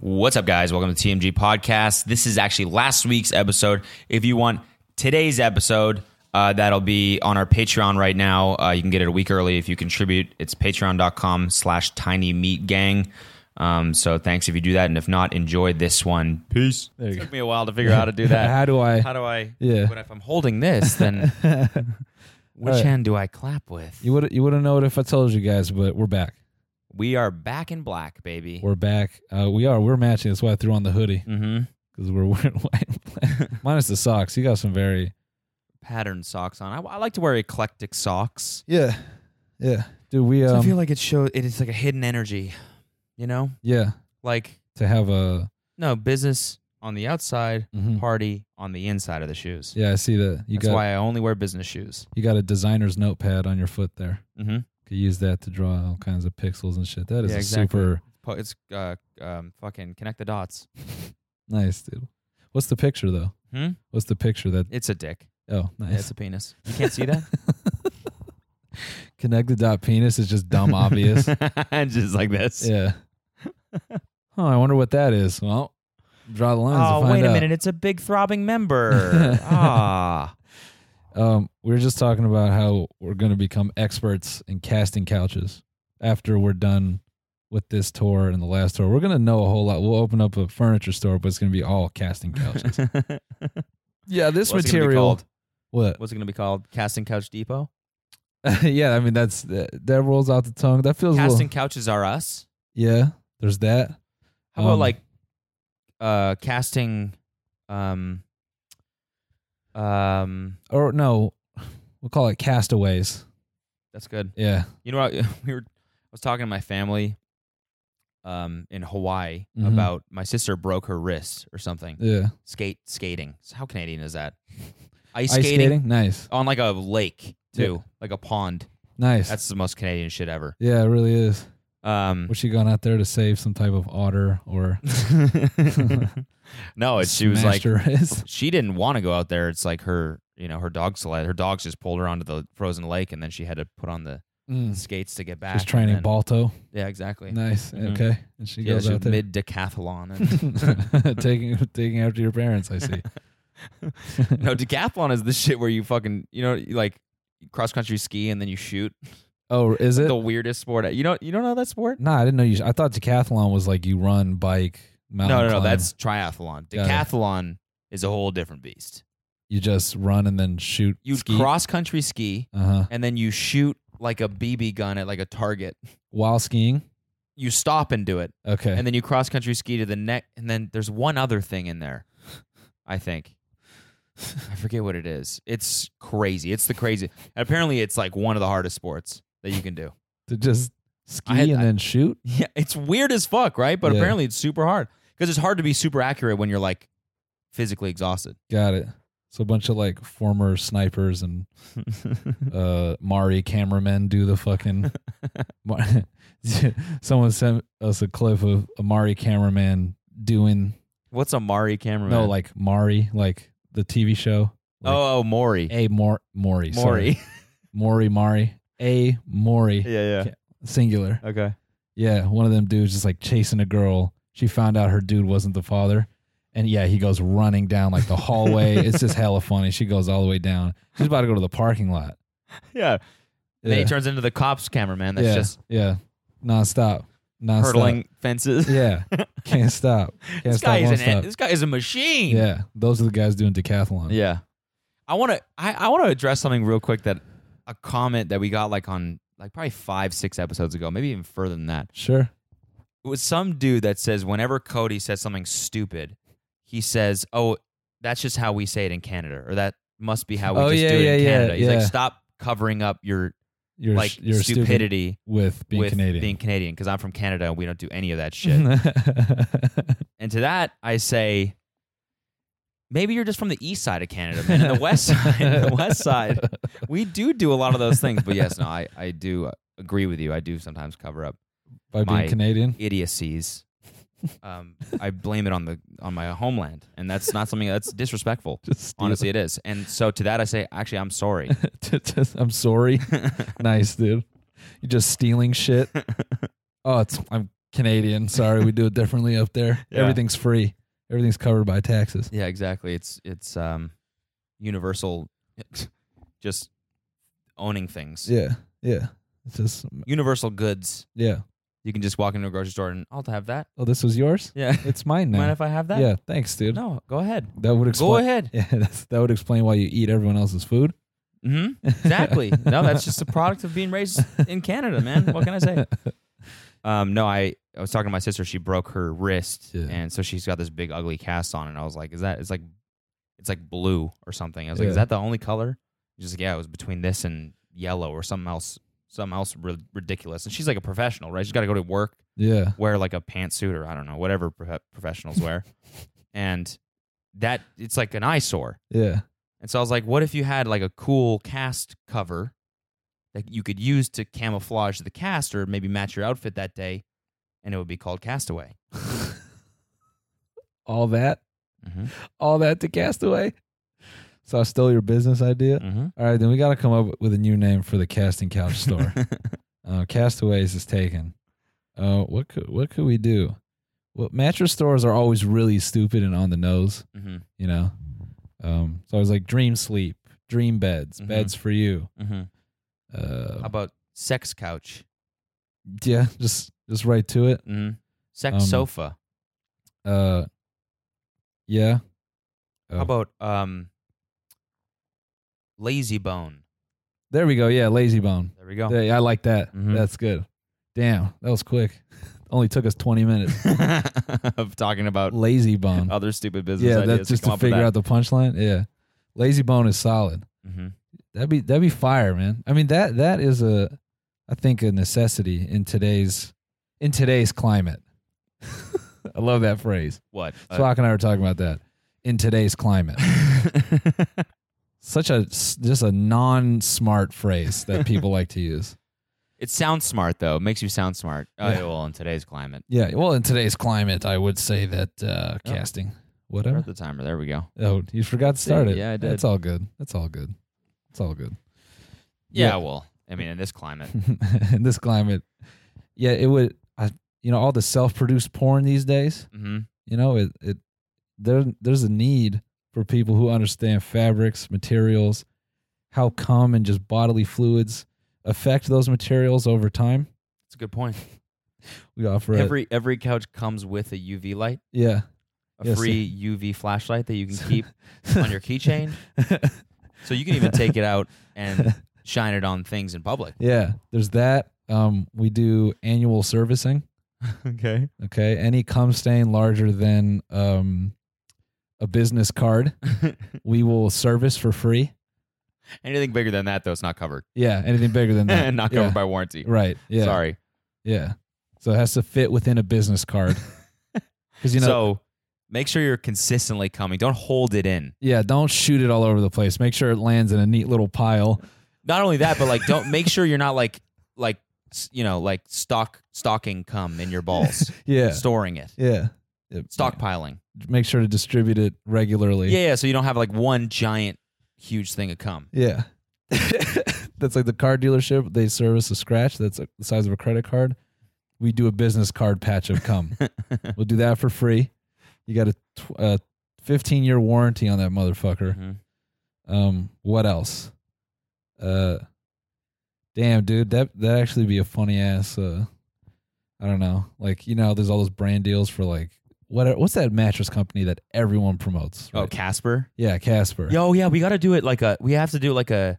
What's up, guys? Welcome to TMG Podcast. This is actually last week's episode. If you want today's episode, uh, that'll be on our Patreon right now. Uh, you can get it a week early if you contribute. It's patreon.com slash tiny meat gang. Um, so thanks if you do that. And if not, enjoy this one. Peace. There you Took me a while to figure out how to do that. How do I? How do I? Yeah. But if I'm holding this, then which All right. hand do I clap with? You would you would have known if I told you guys, but we're back. we are back in black, baby. We're back. Uh, we are. We're matching. That's why I threw on the hoodie Mm-hmm. because we're wearing white. and black. Minus the socks. You got some very. Pattern socks on. I, I like to wear eclectic socks. Yeah, yeah, dude. We So um. I feel like it shows. It is like a hidden energy, you know. yeah, Like to have a. no business on the outside, mhm. party on the inside of the shoes. Yeah, I see that. You Mm-hmm. That's got why I only wear business shoes. you got a designer's notepad on your foot there. Mm-hmm. Could use that to draw all kinds of pixels and shit. That is Yeah, a exactly. super It's uh, um, fucking connect the dots. nice, dude. What's the picture though? Hmm? What's the picture that? It's a dick. Oh, Yeah, nice. it's a penis. You can't see that. Connected dot penis is just dumb obvious. Just like this. Yeah. huh, I wonder what that is. Well, draw the lines to Oh, find wait a out. minute. It's a big throbbing member. ah. Um, we were just talking about how we're going to become experts in casting couches after we're done with this tour and the last tour. We're going to know a whole lot. We'll open up a furniture store, but it's going to be all casting couches. yeah, this What's it gonna be material. called? What? What's it going to be called? Casting Couch Depot? yeah, I mean that's that, that rolls out the tongue. That feels a Casting little, Couches Are Us? Yeah, there's that. How about Um, like uh casting um um Or no, we'll call it castaways. that's good. Yeah. You know what we were I was talking to my family um in Hawaii Mhm. about my sister broke her wrist or something. Yeah. Skate skating. So how Canadian is that? Ice, Ice skating, skating? Nice. on like a lake too, like a pond. Nice. That's the most Canadian shit ever. Yeah, it really is. Um Was she gone out there to save some type of otter or No, it's, she was like smashed her wrist? she didn't want to go out there. It's like her, you know, her dog sled. Her dogs just pulled her onto the frozen lake, and then she had to put on the Mm. skates to get back. She's training and then- Balto. Yeah, exactly. Nice. Mhm. Okay. And she yeah, goes she out was there. mid decathlon. And taking taking after your parents, I see. no, decathlon is the shit where you fucking, you know, you like cross country ski and then you shoot. Oh, is it? The weirdest sport. You don't, you don't know that sport? Nah, I didn't know you. I thought decathlon was like you run, bike, mountain. no, no, no. climb. That's triathlon. Got it. Decathlon is a whole different beast. you just run and then shoot. You cross country ski Uh huh. and then you shoot like a BB gun at like a target. While skiing. You stop and do it. Okay. and then you cross country ski to the neck and then there's one other thing in there i think i forget what it is it's crazy it's the crazy and apparently it's like one of the hardest sports that you can do to just ski I- and I- then shoot. yeah it's weird as fuck right but Yeah. apparently it's super hard because it's hard to be super accurate when you're like physically exhausted Got it. So a bunch of like former snipers and uh Mari cameramen do the fucking Mar- someone sent us a clip of a Mari cameraman doing what's a mari cameraman no like Mari like the TV show like, oh, oh mori a Mor Mori mori Mori Mari a Mori yeah yeah. singular okay yeah one of them dudes just like chasing a girl she found out her dude wasn't the father and yeah he goes running down like the hallway it's just hella funny she goes all the way down she's about to go to the parking lot yeah and then he Yeah. turns into the cops cameraman that's yeah, just yeah, nonstop, nonstop. hurtling fences Yeah, can't stop. Can't this stop. guy is won't an stop. this guy is a machine yeah, those are the guys doing decathlon. Yeah. I want to I, I want to address something real quick that a comment that we got like on like probably 5 6 episodes ago, maybe even further than that. sure. It was some dude that says whenever Cody says something stupid, he says, "Oh, that's just how we say it in Canada or that must be how we Oh, just yeah, do it in yeah, yeah, Canada." He's like, yeah. "Stop covering up your Your like your stupid stupidity with being with Canadian. being Canadian because I'm from Canada and we don't do any of that shit." And to that, I say, maybe you're just from the east side of Canada, man. And the west side, the west side, we do do a lot of those things. But yes, no, I, I do agree with you. I do sometimes cover up By my- being Canadian. idiocies. Um, I blame it on the on my homeland, and that's not something that's disrespectful. Just steal- Honestly, it is. And so to that, I say, actually, I'm sorry. Just- I'm sorry. nice, dude. You're just stealing shit. Oh, it's I'm Canadian. Sorry, we do it differently up there. Yeah. Everything's free. Everything's covered by taxes. Yeah, exactly. It's it's um universal just owning things. Yeah, yeah. It's just Universal goods. yeah. You can just walk into a grocery store and I'll have that. Oh, this was yours. Yeah. It's mine now. Mind if I have that? Yeah, thanks, dude. No, go ahead. That would explain. Go ahead. Yeah, that's, that would explain why you eat everyone else's food. hmm Exactly. no, that's just a product of being raised in Canada, man. What can I say? Um, no, I, I was talking to my sister. She broke her wrist, Yeah. and so she's got this big ugly cast on. And I was like, "Is that? It's like, it's like blue or something." I was like, "Is Yeah. that the only color?" She's like, "Yeah, it was between this and yellow or something else, something else ri- ridiculous." And she's like a professional, right? She's got to go to work, Yeah, wear like a pantsuit or I don't know whatever prof- professionals wear, and that it's like an eyesore. yeah, And so I was like, what if you had like a cool cast cover that you could use to camouflage the cast or maybe match your outfit that day and it would be called Castaway. all that, Mm-hmm. all that to Castaway. So I stole your business idea. Mm-hmm. All right, then we got to come up with a new name for the casting couch store. uh, Castaways is taken. Uh, what could what could we do? Well, mattress stores are always really stupid and on the nose. hmm You know, um, so I was like, dream sleep, dream beds, Mhm. beds for you. hmm Uh, How about Sex Couch? yeah, just just right to it. Mm-hmm. Sex Um, Sofa? Uh, yeah, oh. How about um, Lazy Bone? there we go. Yeah, lazy bone. There we go. Yeah, I like that. Mhm. That's good. Damn, that was quick. Only took us twenty minutes. of talking about lazy bone. other stupid business yeah, ideas. that's just to figure out the punchline. Yeah, lazy bone is solid. hmm That'd be that'd be fire, man. I mean that that is a, I think a necessity in today's in today's climate. I love that phrase. What? Flock and I were talking about that in today's climate. Uh, Such a s- just a non-smart phrase that people like to use. It sounds smart though. It makes you sound smart. Oh Yeah. yeah, well, in today's climate, Yeah, well, in today's climate, I would say that uh, Yeah. casting start whatever. Oh. the timer. There we go. Oh, you forgot to start it. Yeah, I did. That's all good. That's all good. It's all good. Yeah, well, I mean, in this climate, in this climate, yeah, it would. I, you know, all the self-produced porn these days. hmm You know, it it there there's a need for people who understand fabrics, materials, how cum and just bodily fluids affect those materials over time. it's a good point. We offer it. Every every couch comes with a UV light, yeah. a Yes, free UV flashlight that you can keep on your keychain. So you can even take it out and shine it on things in public. yeah, there's that. Um, we do annual servicing. Okay. Okay. Any cum stain larger than um, a business card, we will service for free. Anything bigger than that, though, it's not covered. Yeah. Anything bigger than that. not yeah. covered by warranty. Right. Yeah. Sorry. Yeah. So it has to fit within a business card. Because, you know, so make sure you're consistently coming. Don't hold it in. yeah, don't shoot it all over the place. Make sure it lands in a neat little pile. not only that, but like don't make sure you're not like like s- you know like stock stocking cum in your balls, Yeah. storing it, Yeah. Yeah. stockpiling. Make sure to distribute it regularly. Yeah, yeah. So you don't have like one giant huge thing of cum. Yeah. that's like the car dealership. They service a scratch that's the size of a credit card. We do a business card patch of cum. we'll do that for free. You got a tw- uh, 15 year warranty on that motherfucker. Mhm. Um, what else? Uh, damn, dude, that that actually be a funny ass. Uh, I don't know. Like you know, there's all those brand deals for like what? What's that mattress company that everyone promotes? Oh, right? Casper. yeah, Casper. Yo, yeah, we got to do it like a. We have to do like a.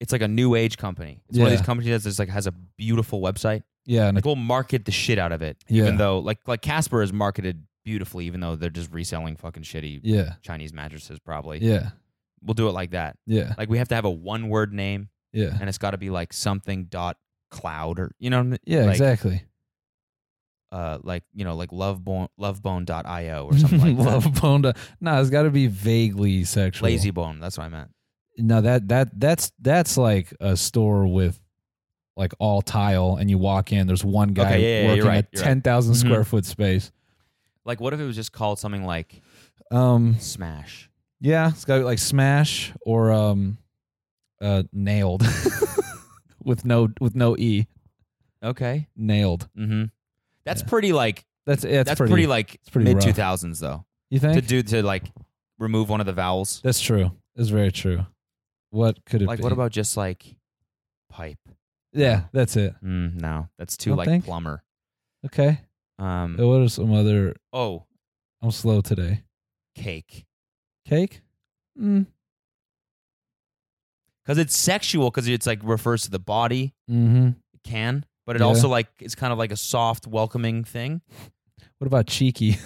It's like a new age company. It's one of Yeah. these companies that's just like has a beautiful website. Yeah, and Like we'll market the shit out of it, Yeah. even though like like Casper is marketed beautifully, even though they're just reselling fucking shitty yeah, Chinese mattresses. Probably. yeah, We'll do it like that. yeah, Like we have to have a one word name. yeah. and it's got to be like something dot cloud or you know what I mean? Yeah, like, exactly. uh like you know like lovebone lovebone.io or something like that. Love bone. to- No, it's got to be vaguely sexual. lazy bone that's what i meant No, that that that's that's like a store with like all tile, and you walk in. There's one guy Okay, yeah, yeah, you're working right, a you're right. ten thousand Mhm. square foot space. like what if it was just called something like Um, smash yeah, it's got to be like smash or um, uh, nailed with no with no e okay nailed. mm-hmm That's Yeah. pretty like That's that's, that's pretty, pretty, like it's pretty mid rough. two thousands though. You To think? do to like remove one of the vowels. that's true. That's very true. What could it Like be? what about just like pipe? Yeah, that's it. Mm, no, that's too Don't like think? plumber. Okay. Uh, Um, What are some other? oh, I'm slow today. cake Cake. Mm. because it's sexual because it's like refers to the body Hmm. it can, but it Yeah. also like it's kind of like a soft, welcoming thing. What about cheeky?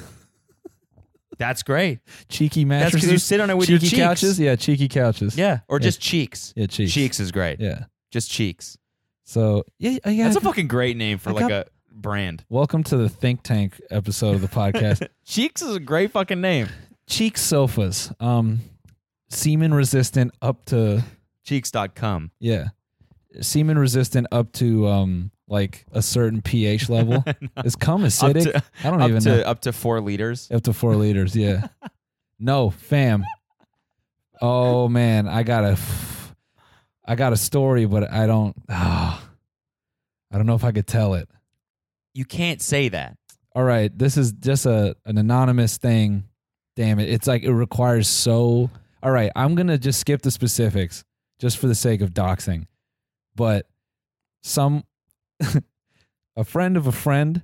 That's great. cheeky That's because you mattresses. sit on it with your cheeky cheeks. couches. Yeah, cheeky couches. Yeah, or Yeah. just cheeks. Yeah. Cheeks. Cheeks is great. Yeah. Just cheeks. So yeah, That's yeah. I a got- fucking great name for I like a brand. Welcome to the think tank episode of the podcast. Cheeks is a great fucking name. Cheek sofas. Um, semen resistant up to Cheeks.com. yeah, semen resistant up to um like a certain pH level. Is cum Up acidic? to, I don't up even know. to, up to four liters. Up to four liters, yeah. No, fam. Oh man, I got a, I got a story, but I don't. ah, I don't know if I could tell it. You can't say that. All right, this is just a an anonymous thing. Damn it, it's like it requires so. All right, I'm gonna just skip the specifics just for the sake of doxing, but some, a friend of a friend.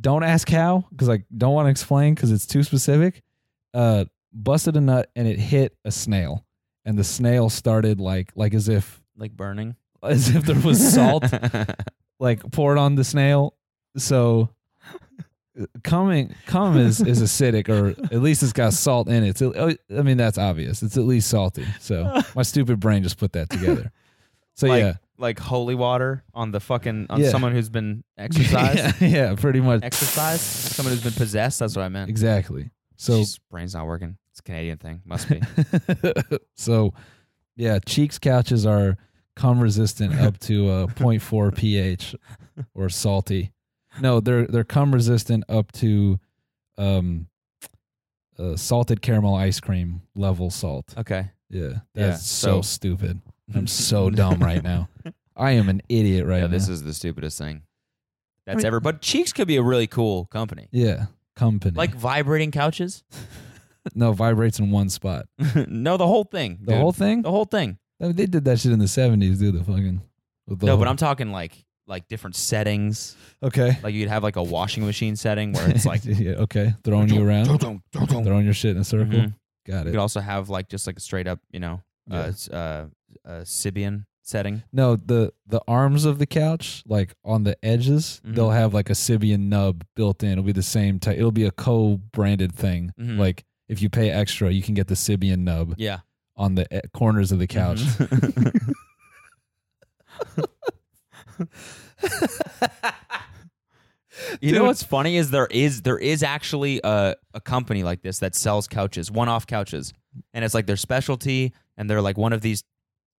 Don't ask how, because I don't want to explain because it's too specific. Uh, busted a nut and it hit a snail, and the snail started like like as if Like burning. as if there was salt That's like poured on the snail. So coming cum is is acidic or at least it's got salt in it. So, I mean that's obvious. It's at least salty. So my stupid brain just put that together. So like, yeah. Like holy water on the fucking, on Yeah. someone who's been exercised. yeah, yeah, pretty much. Exercise? Someone who's been possessed. That's what I meant. Exactly. So Jeez, brain's not working. It's a Canadian thing. Must be. so yeah, cheeks couches are cum resistant up to uh, 0.4 pH or salty. No, they're they're cum resistant up to um uh, salted caramel ice cream level salt. okay. Yeah. Uh, That's Yeah, so, so- stupid. I'm so dumb right now. I am an idiot right yeah, now. this is the stupidest thing that's mean- ever. But Cheeks could be a really cool company. yeah. Company. Like vibrating couches? no, vibrates in one spot. no, the whole thing. The dude. Oh. whole thing? the whole thing. I mean, they did that shit in the 70s, dude, the fucking with the no, whole- but I'm talking like like different settings. Okay. Like you'd have like a washing machine setting where it's like yeah, okay, throwing you around, Mhm. throwing your shit in a circle. Got You it. could also have like just like a straight up, you know, uh, Yeah. s- uh, uh, Sibian setting. No, the the arms of the couch, like on the edges, Mhm. they'll have like a Sibian nub built in. It'll be the same type. It'll be a co-branded thing. Mhm. Like if you pay extra, you can get the Sibian nub Yeah. on the e- corners of Mm-hmm. the couch. Mhm. you know Dude. what's funny is there is there is actually a, a company like this that sells couches, one off couches, and it's like their specialty, and they're like one of these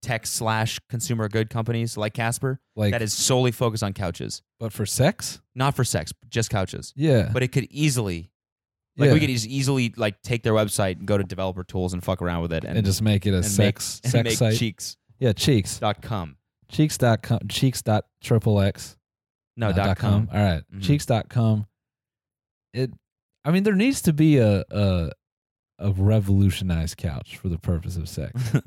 tech slash consumer good companies like Casper Like, that is solely focused on couches, but for sex, not for sex, but just couches. yeah, But it could easily. Like yeah. we could just easily like take their website and go to developer tools and fuck around with it and, and, just make it a and sex make, sex and site. make cheeks yeah, cheeks, dot com. cheeks dot com, cheeks dot triple x. No, Uh, dot, com. All right. Mhm. Cheeks.com. It I mean there needs to be a a a revolutionized couch for the purpose of sex.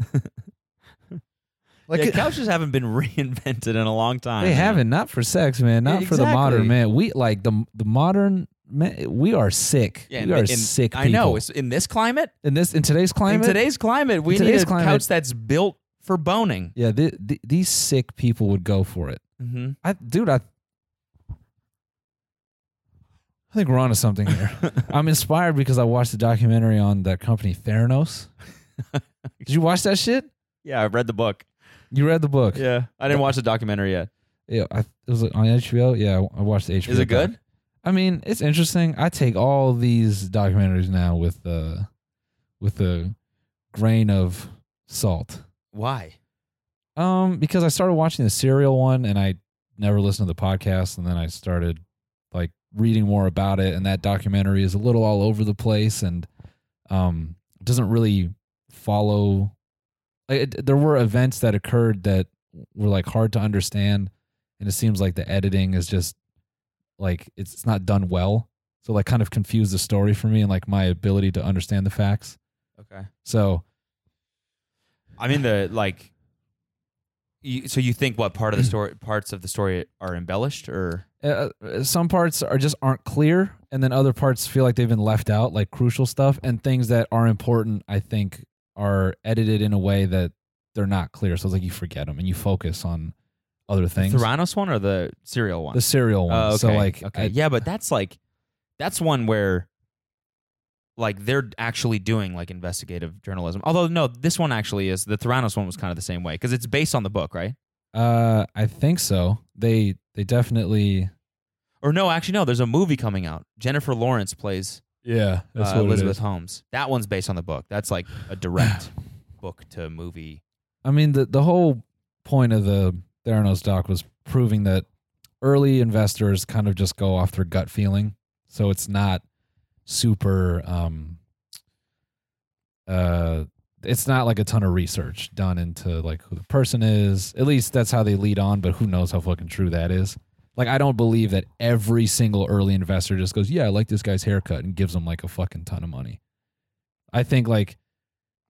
Like yeah, it- couches haven't been reinvented in a long time. they haven't not for sex, man, not for the modern Exactly. man. We like the the modern man, we are sick. Yeah, we are in- sick people. I know. It's in this climate, in this in today's climate. in today's climate, we today's need a climate- couch that's built for boning. yeah, the, the, these sick people would go for it. Mm-hmm. I dude, I I think we're onto something here. I'm inspired because I watched a documentary on that company Theranos. Did you watch that shit? yeah, I've read the book. You read the book? Yeah, I didn't watch the documentary yet. Yeah, I, it was on HBO. Yeah, I- I watched the HBO. Is it doc. good? I mean, it's interesting. I take all these documentaries now with uh with a grain of salt. Why? Um, because I started watching the serial one and I never listened to the podcast, and then I started like reading more about it, and that documentary is a little all over the place and um doesn't really follow. Like, it, there were events that occurred that were like hard to understand, and it seems like the editing is just like it's, it's not done well. So like kind of confused the story for me and like my ability to understand the facts. Okay. So I mean the like. You, so you think what part of the story, parts of the story are embellished, or uh, uh, some parts are just aren't clear and then other parts feel like they've been left out like crucial stuff and things that are important i think are edited in a way that they're not clear so it's like you forget them and you focus on other things the Theranos one or the serial one? the serial one. Oh, okay. so like okay, I- yeah, but that's like, that's one where, like, they're actually doing like investigative journalism. Although no, this one actually is the Theranos one was kind of the same way because it's based on the book, right? uh i think so they they definitely Or no, actually no, there's a movie coming out. Jennifer Lawrence plays yeah uh, Elizabeth Holmes. That one's based on the book. That's like a direct book to movie. I mean, the the whole point of the Theranos doc was proving that early investors kind of just go off their gut feeling, so it's not super. Um, uh, it's not like a ton of research done into like who the person is. At least that's how they lead on, but who knows how fucking true that is. Like, I don't believe that every single early investor just goes, "Yeah, I like this guy's haircut," and gives him like a fucking ton of money. I think like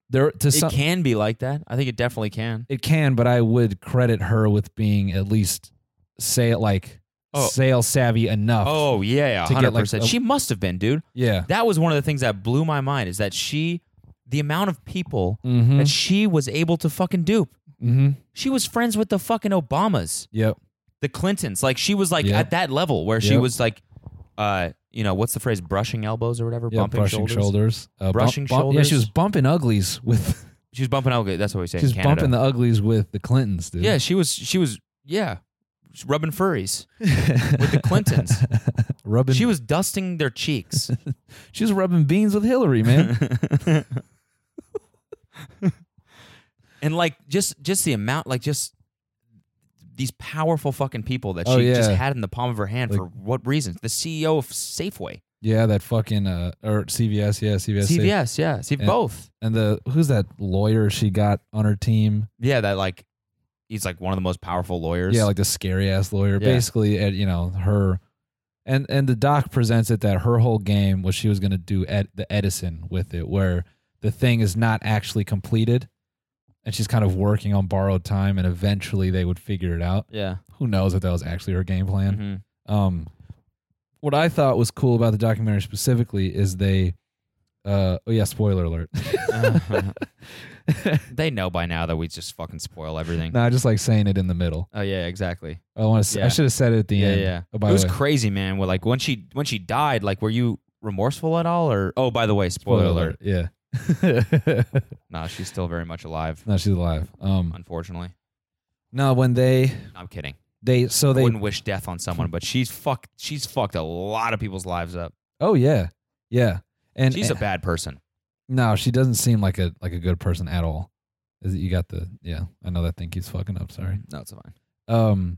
there to It some can be like that. I think it definitely can. it can, but I would credit her with being at least say it like Oh. sale savvy enough. Oh yeah, To get, hundred like, percent. a- She must have been, dude. yeah. That was one of the things that blew my mind is that she, the amount of people Mm-hmm. that she was able to fucking dupe. mm-hmm. She was friends with the fucking Obamas, Yep. the Clintons. Like she was like Yeah. at that level where she Yeah. was like, uh, you know, what's the phrase? Brushing elbows or whatever, Yeah. bumping brushing shoulders. Uh, bump- Brushing bump- Yeah, she shoulders. was bumping uglies with. She was bumping elbows. That's what we say. in she's Canada. bumping the uglies with the Clintons, dude. Yeah, she was. She was. Yeah, just rubbing furries with the Clintons. rubbing. she She was, was dusting their cheeks. she was rubbing beans with Hillary, man. and like just just the amount, like just these powerful fucking people that she Oh, just yeah. had in the palm of her hand for what reasons? The CEO of Safeway, yeah, that fucking uh or CVS, yeah, CVS, safe- CVS, yeah, see Yeah. both, and the who's that lawyer she got on her team? yeah. That like he's like one of the most powerful lawyers. Yeah, like the scary ass lawyer. Yeah. Basically, at you know her, and and the doc presents it that her whole game was she was going to do Ed, the Edison with it, where the thing is not actually completed, and she's kind of working on borrowed time, and eventually they would figure it out. yeah. Who knows if that was actually her game plan? Mhm. Um, what I thought was cool about the documentary specifically is they, uh, oh yeah, spoiler alert. Mm-hmm. they know by now that we just fucking spoil everything. no, I just like saying it in the middle. Oh yeah, exactly. I want to. Yeah. I should have said it at the yeah, end. yeah. Oh, by it the was way. crazy, man. Well, like when she when she died, like were you remorseful at all? Or oh, by the way, spoiler, alert. Yeah. Nah, she's still very much alive. no, she's alive. Um, Unfortunately, no, when they No, I'm kidding. they so I they wouldn't wish death on someone, but she's fucked. She's fucked a lot of people's lives up. oh yeah yeah and she's a and- bad person. no she doesn't seem like a like a good person at all. Is it, you got the yeah I know that thing keeps fucking up. Sorry. No, it's fine. Um,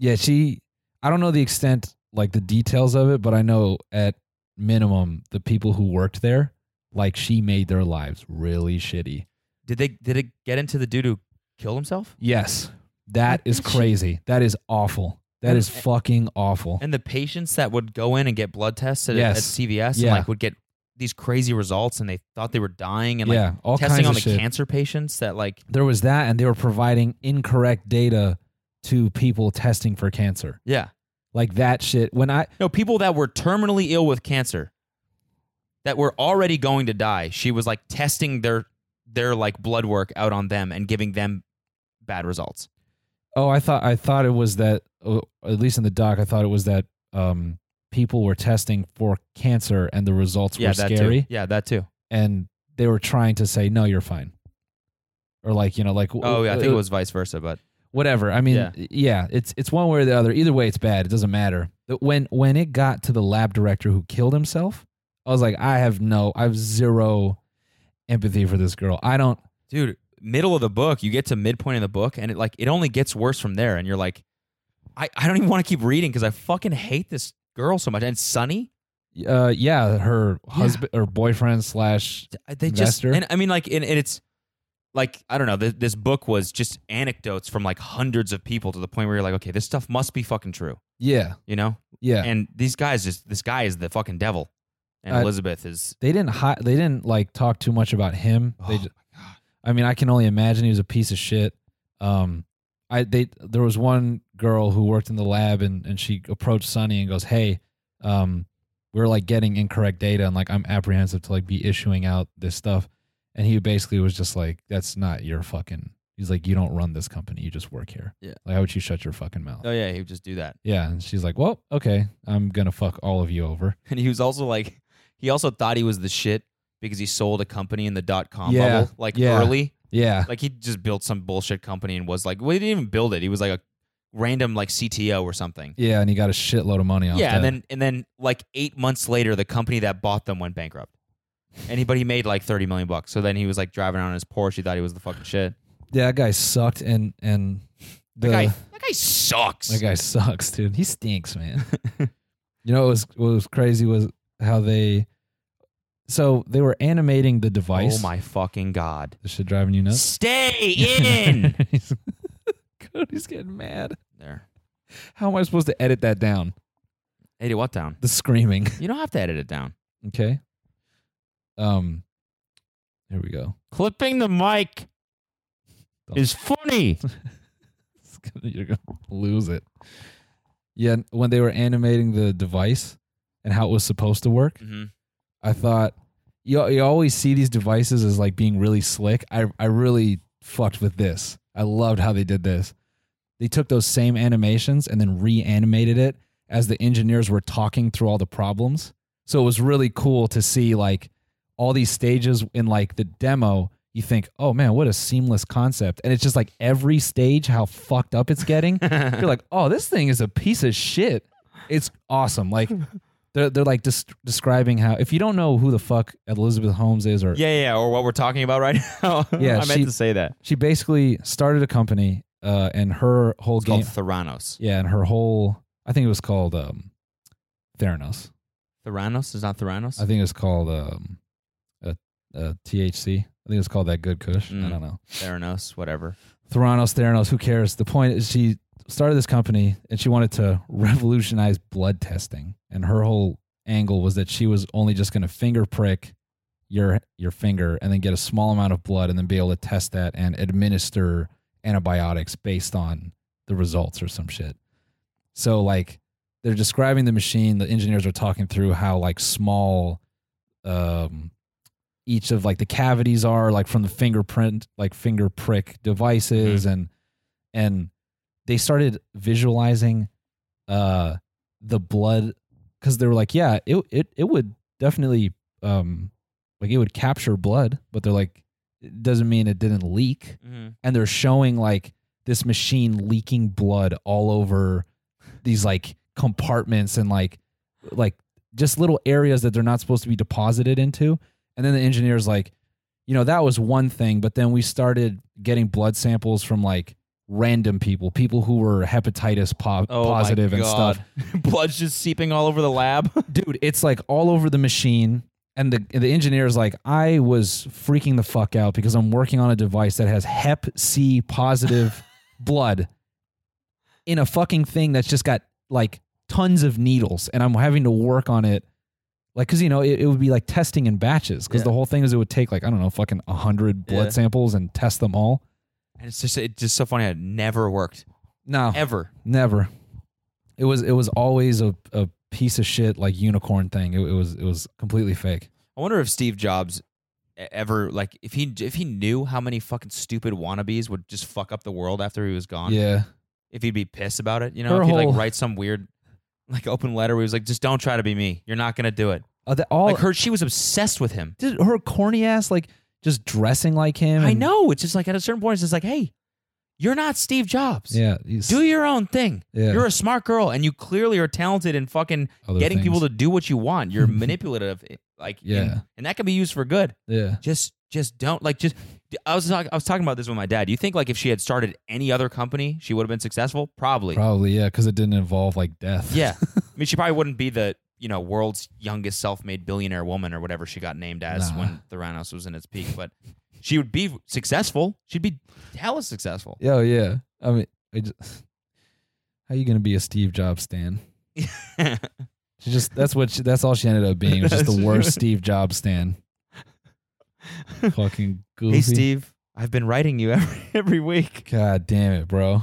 yeah, she. I don't know the extent like the details of it, but I know at minimum the people who worked there like she made their lives really shitty. Did they? Did it get into the dude who killed himself? Yes, that is She- crazy. That is awful. That And- is fucking awful. And the patients that would go in and get blood tests at, Yes. at CVS Yeah. and like would get these crazy results, and they thought they were dying, and like yeah, all testing kinds on of the shit. cancer patients that like there was that and they were providing incorrect data to people testing for cancer yeah like that shit when i no people that were terminally ill with cancer that were already going to die. She was like testing their their like blood work out on them and giving them bad results. oh i thought i thought it was that oh, at least in the doc i thought it was that um people were testing for cancer and the results were that scary Too. Yeah, that too. and they were trying to say no you're fine or like you know like w- Oh, yeah, I think it uh, was vice versa, but whatever i mean Yeah. yeah. it's it's one way or the other either way it's bad it doesn't matter But when when it got to the lab director who killed himself i was like i have no i have zero empathy for this girl i don't dude, middle of the book, you get to midpoint in the book, and it like it only gets worse from there, and you're like, I, I don't even want to keep reading because I fucking hate this girl so much. And Sunny, uh yeah her husband or boyfriend slash uh, they just Investor. and I mean like and, and it's like I don't know. This, this book was just anecdotes from like hundreds of people to the point where you're like, okay, this stuff must be fucking true, Yeah. you know? Yeah. And these guys just this guy is the fucking devil, and Uh, Elizabeth is they didn't hi- they didn't like talk too much about him. Oh They ju- I mean, I can only imagine he was a piece of shit. Um, I they there was one girl who worked in the lab and and she approached Sonny and goes, "Hey, um, we're like getting incorrect data and like I'm apprehensive to like be issuing out this stuff." And he basically was just like, "That's not your fucking." He's like, "You don't run this company. You just work here. Yeah. Like, how would you shut your fucking mouth?" oh yeah, he would just do that. Yeah. And she's like, "Well, okay, I'm gonna fuck all of you over." And he was also like, he also thought he was the shit because he sold a company in the dot com Yeah, bubble like yeah. early. Yeah. Like he just built some bullshit company and was like, well, he didn't even build it. He was like a random like CTO or something. Yeah, and he got a shitload of money off. Yeah, and that. then and then like eight months later, the company that bought them went bankrupt. And he, but he made like thirty million bucks. So then he was like driving around in his Porsche. He thought he was the fucking shit. Yeah, that guy sucked, and and the That guy, that guy sucks. that guy sucks, dude. He stinks, man. you know what was what was crazy was how they, so they were animating the device. oh my fucking god! this shit driving you nuts. Stay in He's- Cody's getting mad. there. How am I supposed to edit that down? Edit what down? The screaming. You don't have to edit it down. Okay. Um. Here we go. Clipping the mic is funny. It's gonna- You're gonna lose it. Yeah, when they were animating the device and how it was supposed to work, hmm I thought you you always see these devices as like being really slick. I I really fucked with this. I loved how they did this. They took those same animations and then reanimated it as the engineers were talking through all the problems. So it was really cool to see like all these stages in like the demo. You think, oh man, what a seamless concept, and it's just like every stage how fucked up it's getting. You're like, oh, this thing is a piece of shit. It's awesome. Like they're they're like des- describing how if you don't know who the fuck Elizabeth Holmes is, or yeah, yeah, or what we're talking about right now. Yeah, I meant she- to say that. she basically started a company, uh, and her whole It's game, called Theranos. yeah, and her whole I think it was called um, Theranos. Theranos is not Theranos. I think it was called um, uh, uh, THC. I think it's called that good Kush. I Mm. don't know. Theranos, whatever. Theranos, Theranos. Who cares? The point is she started this company and she wanted to revolutionize blood testing, and her whole angle was that she was only just going to finger prick your your finger and then get a small amount of blood and then be able to test that and administer antibiotics based on the results or some shit. So like they're describing the machine, the engineers are talking through how like small um each of like the cavities are like from the fingerprint like finger prick devices and and they started visualizing uh the blood cuz they were like yeah it it it would definitely um like it would capture blood but they're like it doesn't mean it didn't leak and they're showing like this machine leaking blood all over these like compartments and like like just little areas that they're not supposed to be deposited into and then the engineer's like you know that was one thing but then we started getting blood samples from like random people people who were hepatitis po- Oh my positive and God. stuff Blood's just seeping all over the lab. dude it's like all over the machine and the the engineer's like i was freaking the fuck out because i'm working on a device that has hep c positive blood in a fucking thing that's just got like tons of needles and i'm having to work on it like because you know it, it would be like testing in batches because Yeah. the whole thing is it would take like i don't know fucking 100 blood Yeah. samples and test them all and it's just it's just so funny. It never worked no ever. Never. It was it was always a, a piece of shit like unicorn thing. It, it was it was completely fake. I wonder if Steve Jobs e- ever like if he if he knew how many fucking stupid wannabes would just fuck up the world after he was gone. Yeah. If he'd be pissed about it, you know, Her if he'd whole- like write some weird like open letter where he was like, just don't try to be me. You're not gonna do it. Uh, the, all Like her, her, she was obsessed with him. did her corny ass like just dressing like him. I and- know. It's just like at a certain point, it's just like, hey, you're not Steve Jobs. Yeah. he's- Do your own thing. Yeah. You're a smart girl, and you clearly are talented in fucking Other getting people to things. do what you want. You're manipulative, eh, like and- Yeah. and that can be used for good. yeah. Just, just don't like. Just, I was talking. I was talking about this with my dad. Do you think like if she had started any other company, she would have been successful? Probably. Probably yeah, because it didn't involve like death. Yeah. I mean, she probably wouldn't be the you know world's youngest self-made billionaire woman or whatever she got named as Nah. when Theranos was in its peak. But she would be successful. She'd be hella successful. Oh yeah. I mean, I just, how you gonna be a Steve Jobs stan? She just that's what she, that's all she ended up being. It was just the worst Steve Jobs stan. Fucking goofy. Hey Steve, I've been writing you every every week. God damn it, bro.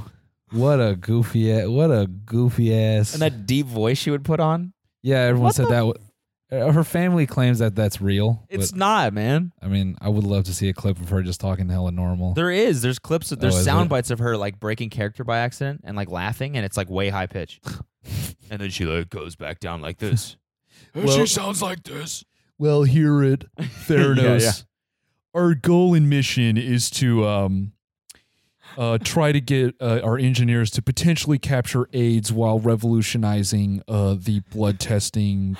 What a goofy ass. What a goofy ass. And that deep voice she would put on. yeah, everyone What said the that. w- uh, Her family claims that that's real. It's but, not, man. I mean, I would love to see a clip of her just talking hella normal. There is. There's clips of there's Oh, is sound it? bites of her like breaking character by accident and like laughing and it's like way high pitch. and then she like goes back down like this. Well- sounds like this. Well, hear it, Theranos. yeah. Our goal and mission is to um, uh, try to get uh, our engineers to potentially capture AIDS while revolutionizing uh, the blood testing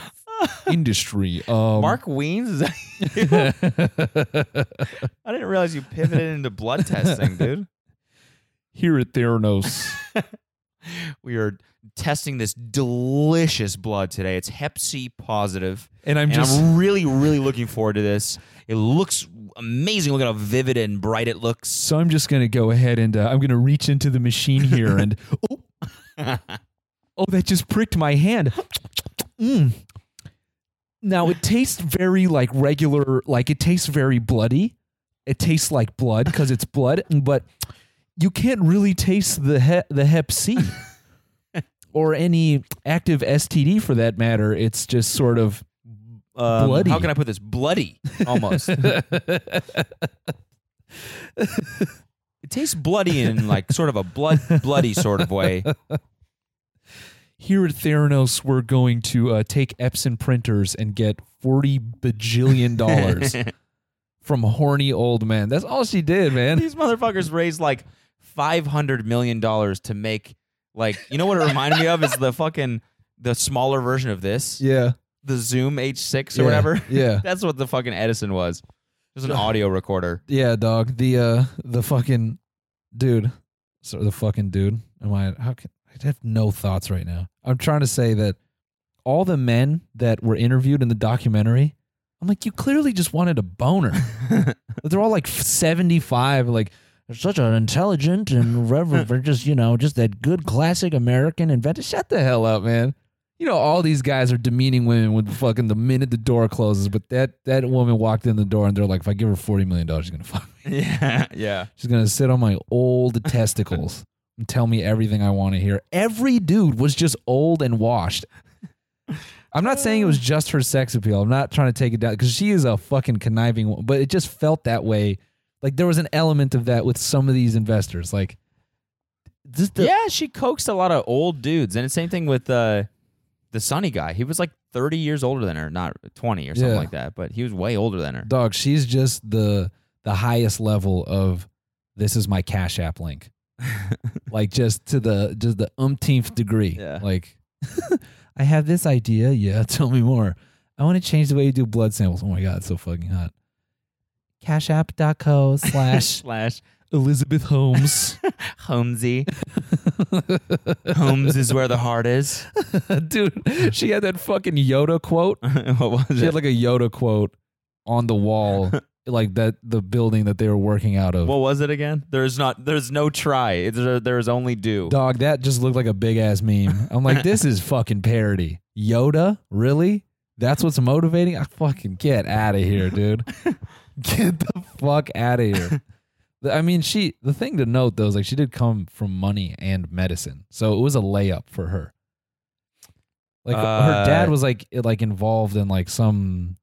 industry. Um, Mark Weens is that I didn't realize you pivoted into blood testing, dude. here at Theranos. We are testing this delicious blood today. It's Hep C positive. And I'm and just. I'm really, really looking forward to this. It looks amazing. Look at how vivid and bright it looks. so I'm just going to go ahead and uh, I'm going to reach into the machine here and oh, oh, that just pricked my hand. Mm. Now it tastes very like regular, like it tastes very bloody. It tastes like blood because it's blood, but you can't really taste the he- the Hep C or any active STD for that matter. It's just sort of Um, Bloody. How can I put this? Bloody, almost. it tastes bloody in like sort of a blood, bloody sort of way. here at Theranos, we're going to uh, take Epson printers and get forty bajillion dollars from horny old men. That's all she did, man. These motherfuckers raised like five hundred million dollars to make like you know what it reminded me of is the fucking the smaller version of this, Yeah, the Zoom H6 or Yeah. whatever. Yeah, That's what the fucking Edison was. It was an audio recorder. yeah, dog. The uh, the fucking dude. So the fucking dude. Am I? How can I have no thoughts right now? I'm trying to say that all the men that were interviewed in the documentary. I'm like, you clearly just wanted a boner. They're all like 75, like such an intelligent and reverent, but just you know, just that good classic American inventor. Shut the hell up, man. You know, all these guys are demeaning women with fucking the minute the door closes. But that that woman walked in the door and they're like, if I give her forty million dollars, she's gonna fuck me. yeah, yeah. She's gonna sit on my old testicles and tell me everything I want to hear. Every dude was just old and washed. I'm not saying it was just her sex appeal. I'm not trying to take it down because she is a fucking conniving one, but it just felt that way. Like there was an element of that with some of these investors. Like this the yeah, she coaxed a lot of old dudes, and the same thing with uh, the Sunny guy. He was like thirty years older than her, not twenty or something Yeah. like that, but he was way older than her. dog, she's just the the highest level of this is my Cash App link. like just to the just the umpteenth degree. Yeah. Like I have this idea. Yeah, tell me more. I want to change the way you do blood samples. Oh my god, it's so fucking hot. Cashapp.co slash Slash Elizabeth Holmes. Holmesy. Holmes is where the heart is. Dude, she had that fucking Yoda quote. what was She it? had like a Yoda quote on the wall, like that the building that they were working out of. what was it again? There's not. There's no try. uh, There, there's only do. Dog, that just looked like a big ass meme. I'm like, this is fucking parody. Yoda, really? That's what's motivating? I fucking get out of here, dude. Get the fuck out of here. The- I mean, she. The thing to note though is like she did come from money and medicine, so it was a layup for her. Like her Uh, dad was like it, like involved in like some.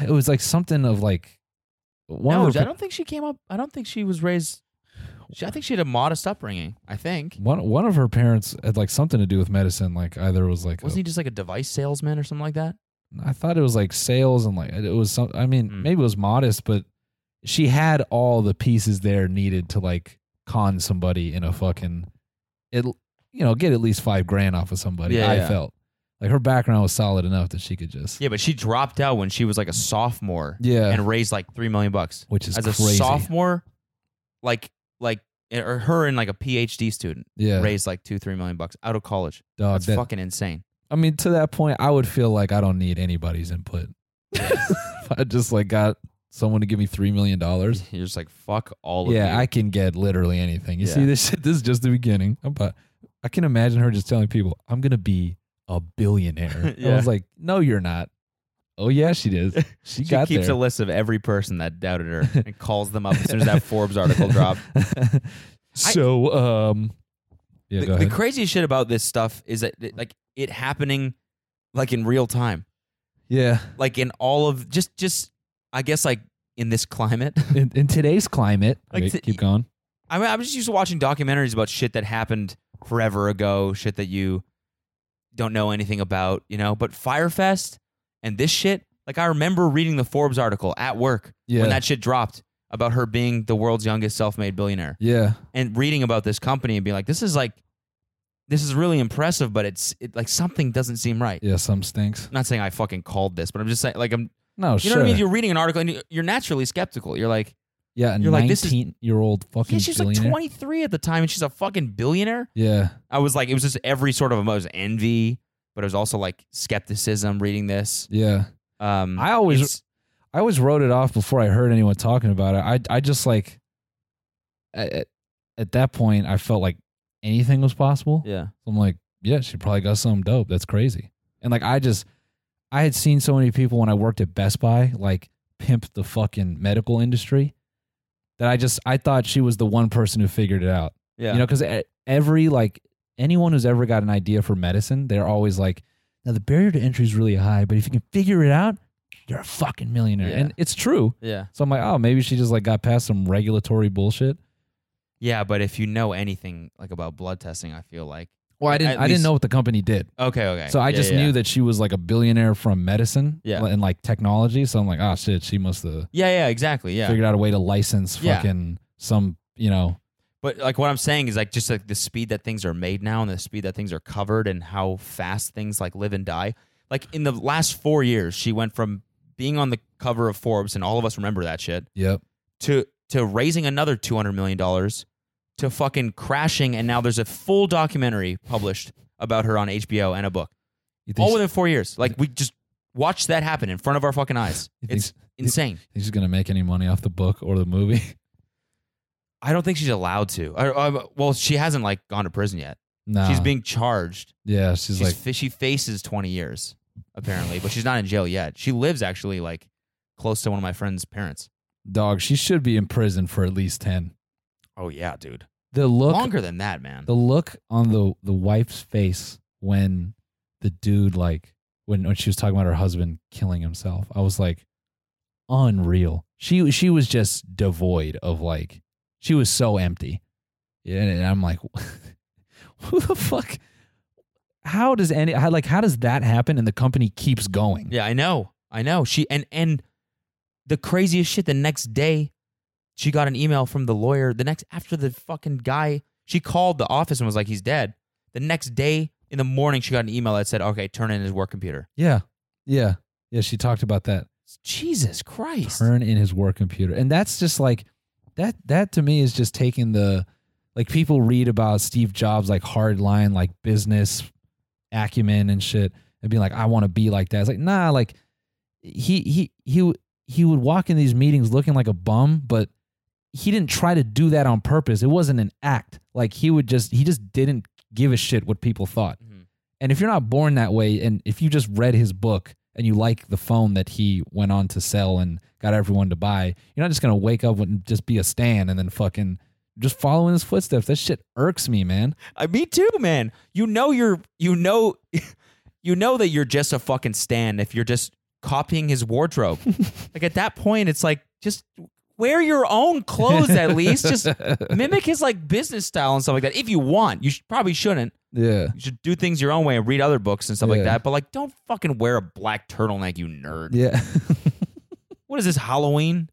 It was like something of like one No, of her I don't think she came up. I don't think she was raised. She, I think she had a modest upbringing. I think one one of her parents had like something to do with medicine. Like either was like a- wasn't he just like a device salesman or something like that? I thought it was like sales and like it was some. I mean, Mm. maybe it was modest, but she had all the pieces there needed to like con somebody in a fucking it. You know, get at least five grand off of somebody. Yeah, I yeah. felt like her background was solid enough that she could just Yeah, but she dropped out when she was like a sophomore yeah, and raised like three million bucks which is as crazy. a sophomore. Like like eh, or her and like a PhD student yeah, raised like two three million bucks out of college. dog. That's that- fucking insane. I mean, to that point, I would feel like I don't need anybody's input. If I just like got someone to give me three million dollars, You're just like fuck all of yeah, you. I can get literally anything. You see Yeah. this shit. This is just the beginning. I'm about, I can imagine her just telling people, "I'm gonna be a billionaire." I Yeah. was like, "No, you're not." Oh yeah, she did. she She, got keeps there. a list of every person that doubted her and calls them up as soon as that Forbes article dropped. so um, yeah, the, go the ahead. craziest shit about this stuff is that it- like it happening like in real time, yeah. like in all of just just I guess like in this climate. In, in today's climate, Like Wait, the- keep going. I mean, I'm just used to watching documentaries about shit that happened forever ago, shit that you don't know anything about, you know. But Firefest and this shit, like I remember reading the Forbes article at work Yeah, when that shit dropped about her being the world's youngest self-made billionaire. yeah. and reading about this company and being like, this is like, this is really impressive, but it's it, like something doesn't seem right. Yeah, some stinks. I'm not saying I fucking called this, but I'm just saying, like, I'm, No, you Oh, sure. know what I mean? You're reading an article and you- you're naturally skeptical. You're like, yeah, a you're like, this is- 19 year old fucking yeah, she's like billionaire. 23 at the time and she's a fucking billionaire. Yeah, I was like, it was just every sort of emotion, envy, but it was also like skepticism reading this. yeah. Um, I always- it's- I always wrote it off before I heard anyone talking about it. I I just like at, at that point I felt like anything was possible. yeah, I'm like, yeah, she probably got something dope. That's crazy. And like I just I had seen so many people when I worked at Best Buy like pimp the fucking medical industry that I just I thought she was the one person who figured it out. yeah, You know, because every like anyone who's ever got an idea for medicine, they're always like, now the barrier to entry is really high, but if you can figure it out, you're a fucking millionaire, Yeah. and it's true. yeah, So I'm like, oh, maybe she just like got past some regulatory bullshit. yeah. But if you know anything like about blood testing, I feel like, Well, I didn't, At I didn't least- know what the company did, okay, okay. so I Yeah, just yeah, knew yeah. that she was like a billionaire from medicine, Yeah. and like technology. So I'm like, oh shit, she must have Yeah, yeah, exactly. Yeah. figured out a way to license Yeah. fucking some, you know, But like what I'm saying is like just like the speed that things are made now and the speed that things are covered and how fast things like live and die. Like in the last four years, she went from being on the cover of Forbes and all of us remember that shit yep, to to raising another two hundred million dollars to fucking crashing and now there's a full documentary published about her on HBO and a book. you think, All she- within four years. Like we just watched that happen in front of our fucking eyes. You think It's insane. think she's gonna make any money off the book or the movie? I don't think she's allowed to. I, I, well, she hasn't like gone to prison yet. no, She's being charged. yeah, she's, She's like fa- she faces 20 years apparently, but she's not in jail yet. She lives actually like close to one of my friend's parents. Dog, she should be in prison for at least ten. Oh yeah, dude. The look, Longer than that, man. the look on the the wife's face when the dude like when when she was talking about her husband killing himself. I was like, unreal. She she was just devoid of like, she was so empty. Yeah, and I'm like, who the fuck? How does any how, like how does that happen? And the company keeps going. yeah, I know. I know. She and and the craziest shit the next day she got an email from the lawyer the next after the fucking guy she called the office and was like he's dead. The next day in the morning she got an email that said, "Okay, turn in his work computer." yeah, yeah, yeah. She talked about that. Jesus Christ. turn in his work computer and that's just like that that to me is just taking the like people read about steve jobs like hard line like business acumen and shit and being like i want to be like that it's like nah like he he he w- he would walk in these meetings looking like a bum but he didn't try to do that on purpose it wasn't an act like he would just he just didn't give a shit what people thought Mhm. and if you're not born that way, and if you just read his book and you like the phone that he went on to sell and got everyone to buy, you're not just gonna wake up and just be a stan and then fucking just following his footsteps. That shit irks me, man. I, me too, man. You know you're you know you know that you're just a fucking stan if you're just copying his wardrobe. like at that point, it's like just wear your own clothes at least. Just mimic his like business style and stuff like that. If you want, you should, probably shouldn't. yeah, You should do things your own way and read other books and stuff like Yeah. that. But like, don't fucking wear a black turtleneck, you nerd. yeah. What is this Halloween?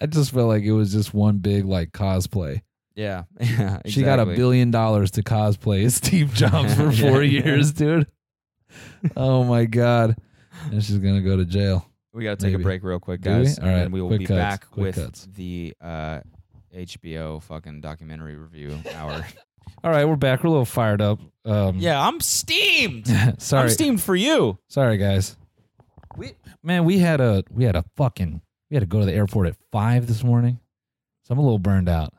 I just felt like it was just one big like cosplay. Yeah, yeah. She got a exactly. billion dollars to cosplay as Steve Jobs for four Yeah. years, dude. Oh my god, and she's gonna go to jail. We got to take Maybe. a break real quick, Do we? guys, All and right, then we will quick be cuts, back quick with cuts. the uh, HBO fucking documentary review hour. All right, we're back. We're a little fired up. Um, yeah, I'm steamed. sorry. I'm steamed for you. Sorry, guys. We man, we had a we had a fucking We had to go to the airport at five this morning, so I'm a little burned out.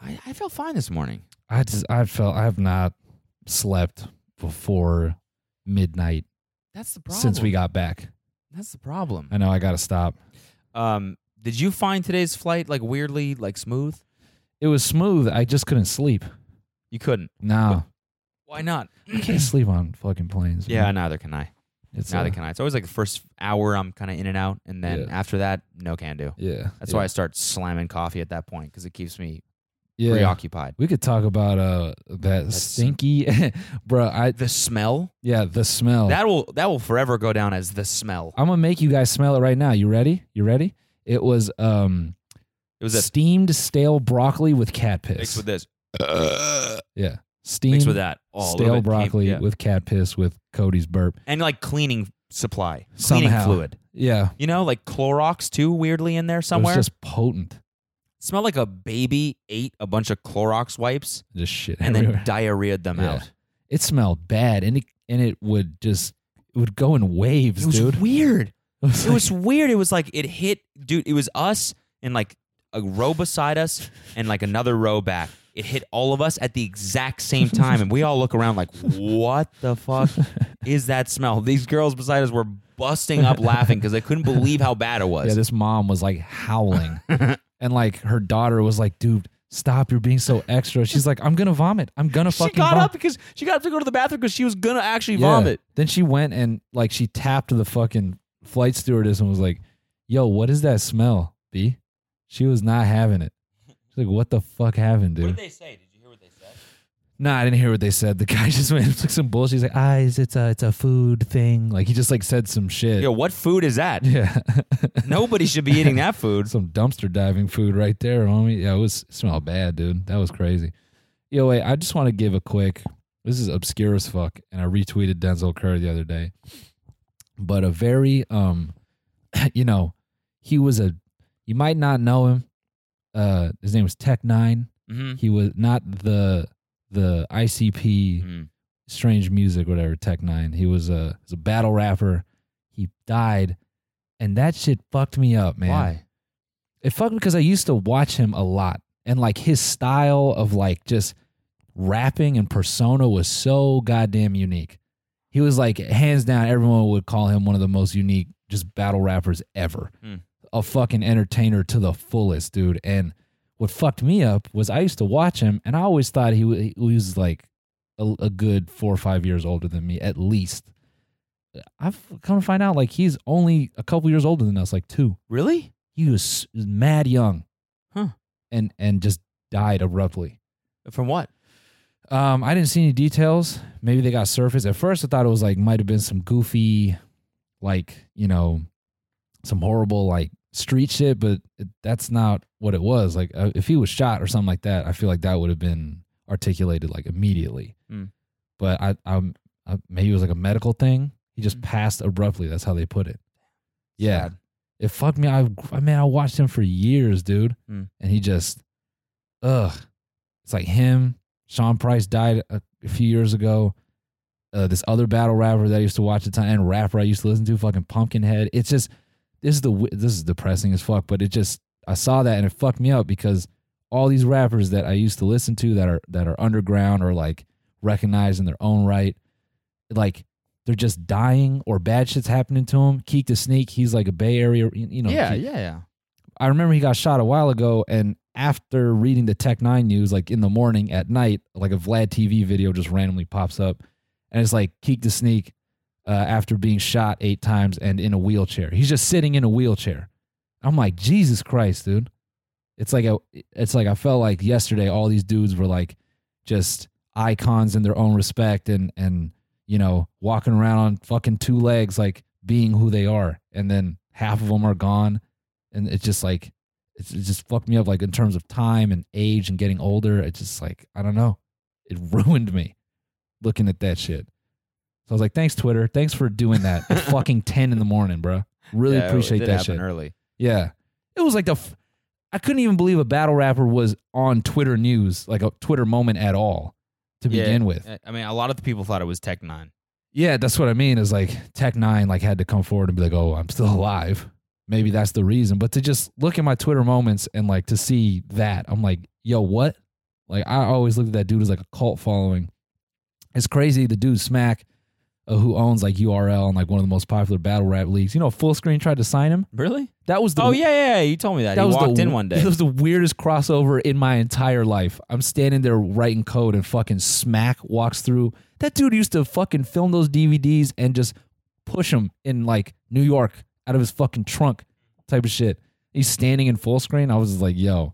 I, I felt fine this morning. I just I felt I have not slept before midnight That's the problem. since we got Uh, back. that's the problem. I know I got to stop. Um, did you find today's flight like weirdly like smooth? It was smooth. I just couldn't sleep. You couldn't. No, Why not? I can't sleep on fucking planes. man. Yeah, neither can I. it's neither uh, can I. It's always like the first hour I'm kind of in and out, and then Yeah. after that, no can do. yeah. That's yeah. why I start slamming coffee at that point because it keeps me yeah. preoccupied. We could talk about uh that stinky, bro. I The smell yeah the smell. that will that will forever go down as the smell. I'm gonna make you guys smell it right now. You ready? You ready? It was um It was a steamed stale broccoli with cat mixed piss. with this, yeah, steamed mixed with that, oh, a little stale bit came- broccoli yeah. with cat piss with Cody's burp. and like cleaning supply, cleaning Somehow. fluid. Yeah, You know, like Clorox too, weirdly in there somewhere. it was just potent. Smelled like a baby ate a bunch of Clorox wipes Just shit and then everywhere. diarrheaed them Yeah. out. it smelled bad, and it and it would just it would go in waves, It was dude. weird. It was It was weird. It was like it hit, dude. It was us and like a row beside us and like another row back. It hit all of us at the exact same time, and we all look around like, "What the fuck is that smell?" These girls beside us were busting up laughing because they couldn't believe how bad it Yeah, was. this mom was like howling. and like her daughter was like, dude, stop. You're being so extra. She's like, I'm going to vomit. I'm going to she fucking got vom-" up because she got up to go to the bathroom because she was gonna actually Yeah. vomit. Then she went and like she tapped the fucking flight stewardess and was like, yo, what is that smell, B? She was not having it. She's like, what the fuck happened, dude? they say? Did you hear what they said? nah, I didn't hear what they said. The guy just went like some bullshit. He's like, "Ah, eyes, it's a, uh, it's a food thing. Like he just like said some shit. Yo, what food is that? Yeah. Nobody should be eating that food. some dumpster diving food right there, homie. Yeah, it was it smelled bad, dude. That was crazy. Yo, wait, I just want to give a quick. This is obscure as fuck, and I retweeted Denzel Kerr the other day. But a very, um, you know, he was a. You might not know him. Uh, his name was Tech Nine. Mm-hmm. He was not the the ICP Mm-hmm. strange music, whatever. Tech Nine. He was a was a battle rapper. He died, and that shit fucked me up, man. Why? It fucked because I used to watch him a lot, and like his style of like just rapping and persona was so goddamn unique. He was like hands down, everyone would call him one of the most unique just battle rappers ever. Hmm. A fucking entertainer to the fullest, dude. And what fucked me up was I used to watch him, and I always thought he, wa- he was like a, a good four or five years older than me at least. I've come to find out like he's only a couple years older than us, like two Really? he was mad young, Huh. And and just died abruptly. From what? Um, I didn't see any details. Maybe they got surfaced. At first, I thought it was like might have been some goofy, like you know, some horrible like street shit. But it, that's not what it was. Like uh, if he was shot or something like that, I feel like that would have been articulated like immediately. Mm. But I, I'm I, maybe it was like a medical thing. He just passed abruptly. That's how they put it. Yeah, Mm. Sad. it fucked me. I, I man, I watched him for years, dude, Mm. and he just, ugh. It's like him. Sean Price died a, a few years ago. Uh, this other battle rapper that I used to watch at the time and rapper I used to listen to, fucking Pumpkinhead. It's just this is the wi- this is depressing as fuck. But it just I saw that and it fucked me up because all these rappers that I used to listen to that are that are underground or like recognized in their own right, like they're just dying or bad shit's happening to them. Keek the Sneak, he's like a Bay Area, you you know. yeah, Keek- yeah, yeah. I remember he got shot a while ago, and after reading the Tech Nine news, like in the morning at night, like a Vlad TV video just randomly pops up, and it's like Keek the Sneak, uh, after being shot eight times and in a wheelchair, he's just sitting in a wheelchair. I'm like, Jesus Christ, dude! It's like a, it's like I felt like yesterday all these dudes were like, just icons in their own respect, and and you know walking around on fucking two legs, like being who they are, and then half of them are gone and it's just like it's, it just fucked me up like in terms of time and age and getting older it's just like i don't know it ruined me looking at that shit so i was like thanks twitter thanks for doing that at fucking 10 in the morning bro really Yeah, it appreciate did that happen shit Early. yeah it was like the f- i couldn't even believe a battle rapper was on twitter news like a twitter moment at all to Yeah. begin with I- I mean, a lot of the people thought it was Tech Nine. yeah, that's what I mean. Is like Tech Nine like had to come forward and be like, "Oh, I'm still alive." maybe that's the reason. But to just look at my Twitter moments and like to see that, I'm like, yo, what? Like I always looked at that dude as like a cult following. It's crazy. The dude Smack, uh, who owns like URL and like one of the most popular battle rap leagues, you know, full screen tried to sign him. Really? That was the Oh yeah, yeah. yeah. You told me that. that he was walked the, in one day. That was the weirdest crossover in my entire life. I'm standing there writing code and fucking smack walks through. That dude used to fucking film those DVDs and just push them in like New York out of his fucking trunk type of shit. He's standing in full screen. I was just like, yo,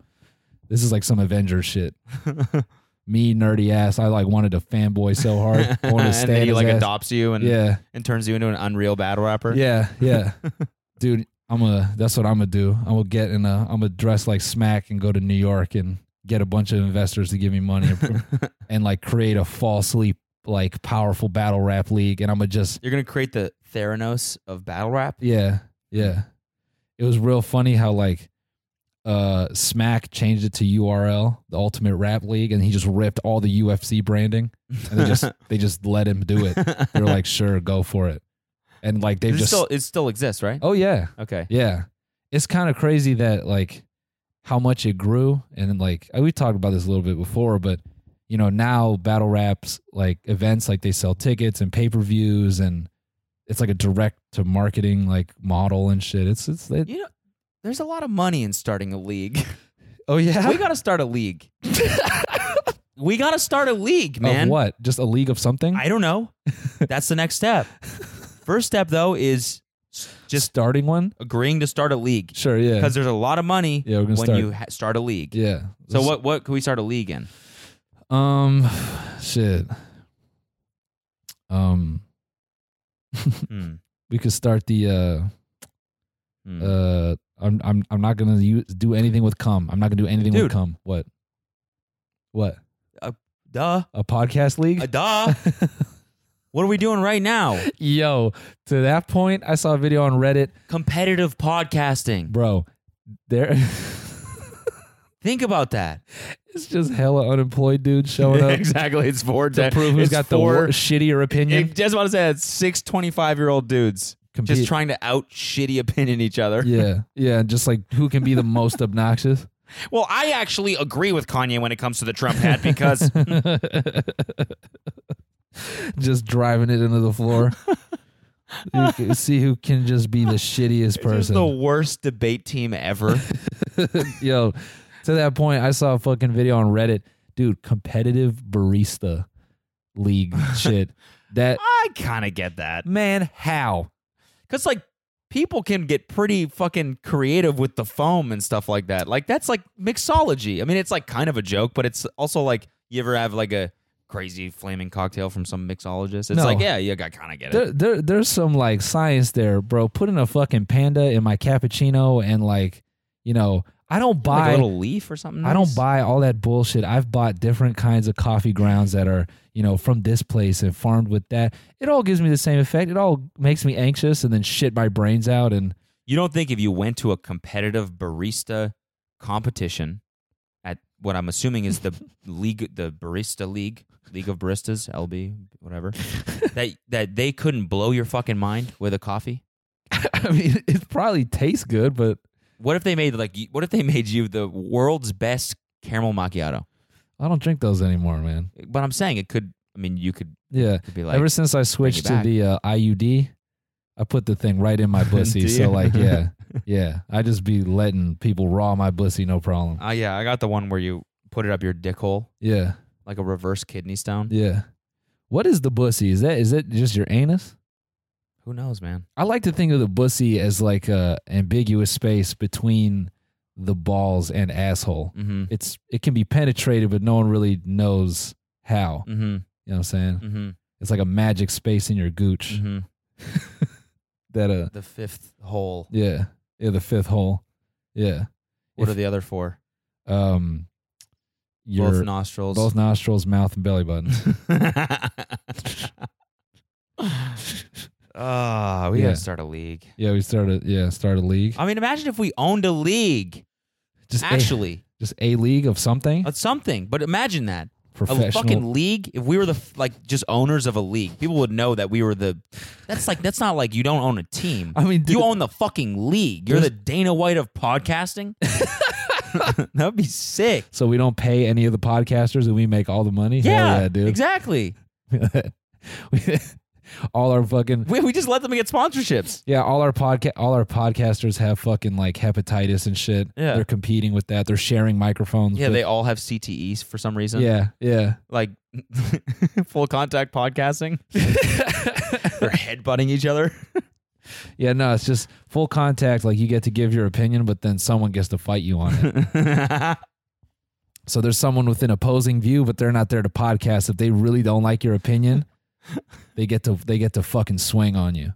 this is like some Avenger shit. Me nerdy ass. I like wanted to fanboy so hard. I wanted to and stand then he his like ass. adopts you and Yeah. and turns you into an unreal battle rapper. Yeah, yeah. Dude, I'm a that's what I'm gonna do. I'm gonna get in a I'm gonna dress like smack and go to New York and get a bunch of investors to give me money and, and, like create a falsely like powerful battle rap league and I'm gonna just You're gonna create the Theranos of battle rap. yeah, yeah. It was real funny how like uh Smack changed it to URL, the Ultimate Rap League, and he just ripped all the UFC branding and they just they just let him do it. They're like, sure, go for it. And like they've Does it just still it still exists, right? Oh yeah. Okay. Yeah. It's kind of crazy that like how much it grew and then, like uh, we talked about this a little bit before, but you know, now battle raps like events like they sell tickets and pay-per-views and it's like a direct to marketing like model and shit. It's it's it, You know, there's a lot of money in starting a league. Oh yeah. we gotta start a league. we gotta start a league, Of man. what? Just a league of something? I don't know. That's the next step. First step though is s- just starting one? agreeing to start a league Sure, yeah. because there's a lot of money Yeah, we're when gonna start- you ha- start a league. yeah. So what what can we start a league in? Um shit. Um Hmm. we could start the uh Hmm. Uh, I'm I'm I'm not gonna use, do anything with cum. I'm not gonna do anything Dude. with cum. What? What? duh. A podcast league? Uh, duh. what are we doing right now? Yo, to that point, I saw a video on Reddit, Competitive podcasting. bro. There, Think about that. it's just hella unemployed dudes showing up exactly. It's four to prove who's it's got the four, wor- shittier opinion. It- just about to say that six 25 year old dudes Compete. just trying to out shitty opinion each other. yeah, yeah, just like who can be the most obnoxious? Well, I actually agree with Kanye when it comes to the Trump hat because just driving it into the floor. You can see who can just be the it's shittiest person. the worst debate team ever. Yo, to that point, I saw a fucking video on Reddit, dude. Competitive barista league shit. That I kind of get that. man, how? Because, like, people can get pretty fucking creative with the foam and stuff like that. Like, that's like mixology. I mean, it's like kind of a joke, but it's also like you ever have like a crazy flaming cocktail from some mixologist? It's No. like, yeah, yeah, I kind of get it. There, there, there's some like science there, bro. Putting a fucking panda in my cappuccino and like, you know, I don't Like buy. a little leaf or something. I don't nice? buy all that bullshit. I've bought different kinds of coffee grounds that are, you know, from this place and farmed with that. It all gives me the same effect. It all makes me anxious and then shit my brains out and You don't think if you went to a competitive barista competition at what I'm assuming is the league, the barista league, league of baristas, LB, whatever, that that they couldn't blow your fucking mind with a coffee? I mean, it probably tastes good, but What if they made like? y- What if they made you the world's best caramel macchiato? I don't drink those anymore, man. But I'm saying it could. I mean, you could, Yeah. could be like. Ever since I switched to back. the uh, IUD, I put the thing right in my bussy. Do you? so like, yeah, yeah, I just be letting people raw my bussy, no problem. Oh yeah, I got the one where you put it up your dick hole Yeah, like a reverse kidney stone. yeah. What is the bussy? Is that is that just your anus? Who knows, man? I like to think of the bussy as like a ambiguous space between the balls and asshole. Mm-hmm. It's it can be penetrated, but no one really knows how. Mm-hmm. You know what I'm saying? Mm-hmm. It's like a magic space in your gooch. Mm-hmm. that uh The fifth hole. yeah yeah the fifth hole yeah What are If- the other four? um your both both, nostrils. nostrils mouth and belly button Ah, we Yeah. gotta start a league. yeah we started yeah start a league I mean, imagine if we owned a league. just a, Uh, Actually, just a league of something it's something. But imagine that a professional. fucking league, if we were the f- like just owners of a league, people would know that we were the. That's like that's not like you don't own a team. I mean, dude- you own the fucking league. You're the Dana White of podcasting. That'd be sick. so we don't pay any of the podcasters and we make all the money. Hell yeah, yeah dude. exactly. We- all our fucking We, we just let them get sponsorships. yeah, all our podcast all our podcasters have fucking like hepatitis and shit. Yeah. They're competing with that. They're sharing microphones. Yeah, with- they all have CTEs for some reason. yeah, yeah. like full contact podcasting. They're headbutting each other. Yeah, no, it's just full contact. Like you get to give your opinion, but then someone gets to fight you on it. so there's someone with an opposing view, but they're not there to podcast. If they really don't like your opinion, they get to they get to fucking swing on you.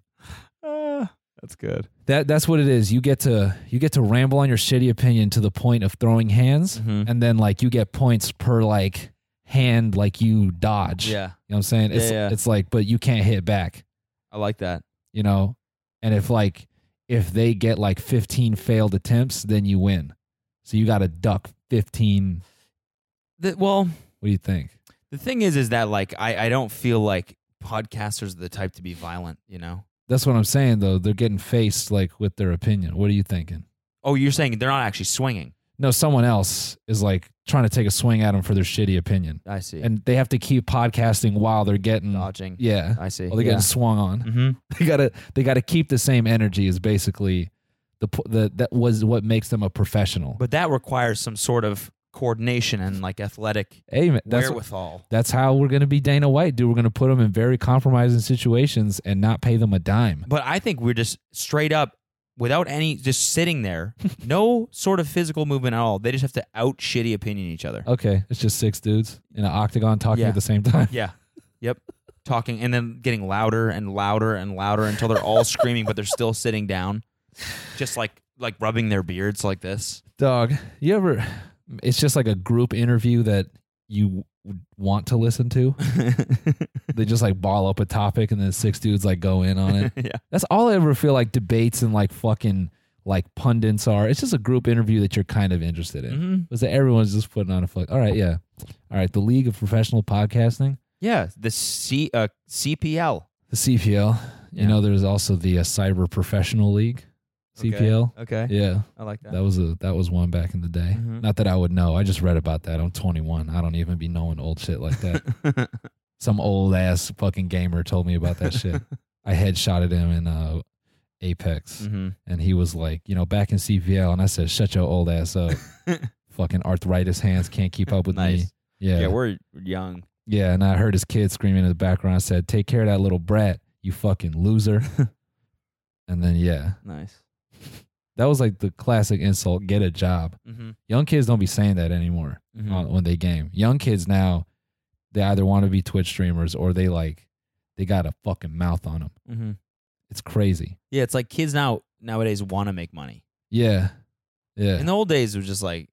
that's good. That Ah, that's what it is. You get to you get to ramble on your shitty opinion to the point of throwing hands, Mhm. and then like you get points per like hand like you dodge. Yeah, You know what I'm saying? Yeah, It's yeah. it's like, but you can't hit back. I like that. you know and if like if they get like 15 failed attempts then you win so you got to duck 15 The, well, what do you think the thing is, is that like I, I don't feel like podcasters are the type to be violent. You know? that's what i'm saying though they're getting faced like with their opinion what are you thinking Oh, you're saying they're not actually swinging? no someone else is like trying to take a swing at them for their shitty opinion I see. and they have to keep podcasting while they're getting dodging. Mm. yeah I see. while they're getting swung on hmm they gotta they gotta keep the same energy is basically the, po- the that was what makes them a professional But that requires some sort of coordination and like athletic hey man, that's wherewithal. That's how we're going to be Dana White, dude. We're going to put them in very compromising situations and not pay them a dime. But I think we're just straight up without any just sitting there, no sort of physical movement at all. They just have to out shitty opinion each other. Okay, it's just six dudes in an octagon talking Yeah. at the same time. Yeah. Yep. Talking and then getting louder and louder and louder until they're all screaming, but they're still sitting down, just like like rubbing their beards like this. Dog, you ever? It's just like a group interview that you w- want to listen to. they just like ball up a topic and then six dudes like go in on it. yeah. That's all I ever feel like debates and like fucking like pundits are. It's just a group interview that you're kind of interested in. hmm Was that everyone's just putting on a fuck? All right, yeah. All right, the League of Professional Podcasting. Yeah. The C uh, CPL. The CPL. Yeah. You know, there's also the uh, Cyber Professional League, Okay. CPL. Okay. Yeah, I like that. that was a that was one back in the day. Mhm. Not that I would know. I just read about that. I'm 21. I don't even be knowing old shit like that. Some old ass fucking gamer told me about that shit. I headshotted him in uh, Apex, hmm and he was like, you know, back in CPL, and I said, shut your old ass up. fucking arthritis hands can't keep up with me. Nice. Yeah. yeah, we're young. Yeah, and I heard his kid screaming in the background. I said, "Take care of that little brat, you fucking loser." and then yeah, Nice. that was like the classic insult. Get a job. Mm-hmm. Young kids don't be saying that anymore Mhm. on, when they game. Young kids now, they either want to be Twitch streamers or they like they got a fucking mouth on them. Mm-hmm. It's crazy. Yeah, it's like kids now nowadays want to make money. Yeah, yeah, In the old days, it was just like,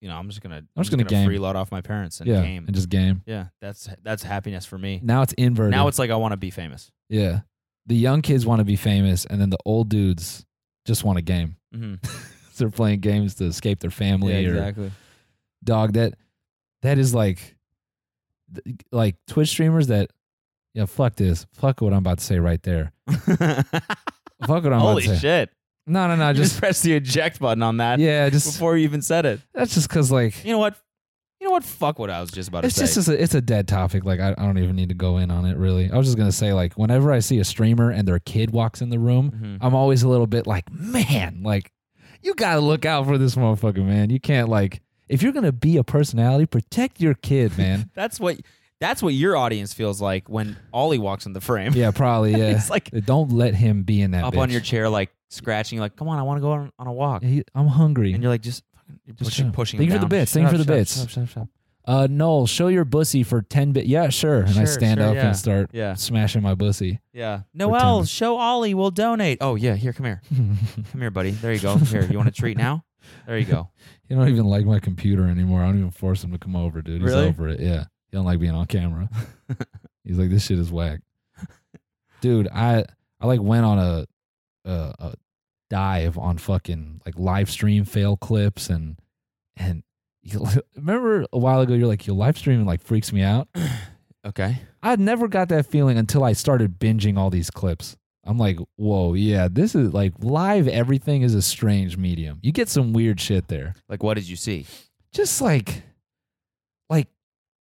you know, I'm just gonna I'm, just gonna game. freeload off my parents and yeah, game. and just game. yeah, that's that's happiness for me. Now it's inverted. Now it's like I want to be famous. yeah. The young kids want to be famous, and then the old dudes just want a game. Mm-hmm. They're playing games to escape their family or dog that that is like th- like twitch streamers that yeah fuck this fuck what i'm about to say right there fuck what i'm Holy about to say shit! no no no I just, just pressed the eject button on that yeah just before you even said it. that's just because like You know what? You know what? Fuck what I was just about it's to just say. it's a, it's a dead topic like I, I don't even need to go in on it really i was just gonna say like whenever i see a streamer and their kid walks in the room Mhm. i'm always a little bit like man like you gotta look out for this motherfucker man you can't like if you're gonna be a personality protect your kid man That's what that's what your audience feels like when Ollie walks in the frame. yeah probably yeah It's like don't let him be in that up on bitch. your chair, like scratching, like, come on, I want to go on, on a walk. He, I'm hungry. And you're like, just fucking- you're Just pushing, shut up. pushing. Thank him you for the down. bits. Shut Thank you up, for the shut up, bits. shut up, shut up, shut up. uh, Noel, show your bussy for ten bit. Yeah, sure. And I Sure, stand sure, up yeah. and start Yeah, smashing my bussy. yeah. Pretend. Noel, show Ollie. We'll donate. Oh yeah, here, come here, you come here, buddy. There you go. Here, you want a treat now? There you go. don't even like my computer anymore. I don't even force him to come over, dude. He's Really? over it. Yeah, he don't like being on camera. He's like, this shit is whack, dude. I I like went on a a, a dive on fucking like live stream fail clips and and remember a while ago, you're like, your live streaming like freaks me out. Okay. I never got that feeling until I started binging all these clips. I'm like, whoa, yeah, this is like live. Everything is a strange medium. You get some weird shit there. Like, what did you see? Just like, like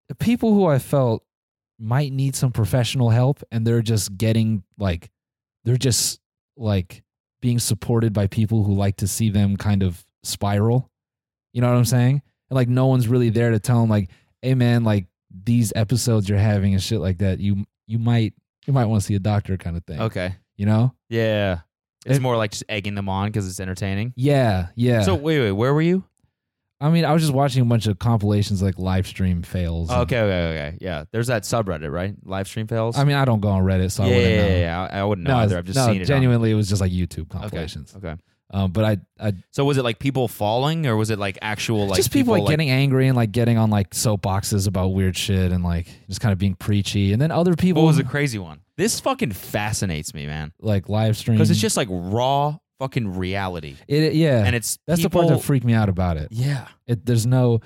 the people who I felt might need some professional help, and they're just getting like, they're just like being supported by people who like to see them kind of spiral. You know what I'm saying? And like, no one's really there to tell them like, hey, man, like these episodes you're having and shit like that. You you might you might want to see a doctor kind of thing. Okay. You know? Yeah. It's It- more like just egging them on because it's entertaining. Yeah, yeah. So wait, wait, where were you? I mean, I was just watching a bunch of compilations like live stream fails. and- okay, okay, okay. Yeah. There's that subreddit, right? Live stream fails. I mean, I don't go on Reddit, so I yeah, wouldn't yeah, know. yeah, yeah. I, I wouldn't know no, either. I've just no, seen it. on- Genuinely, it was just like YouTube compilations. Okay. Okay. Um, but I, I So was it like people falling, or was it like actual like just people, like, like getting angry and like getting on like soapboxes about weird shit and like just kind of being preachy. And then other people What was the crazy one? This fucking fascinates me, man. like live stream Because it's just like raw fucking reality, it, yeah. and it's that's people, the part that freaked me out about it. yeah. it there's no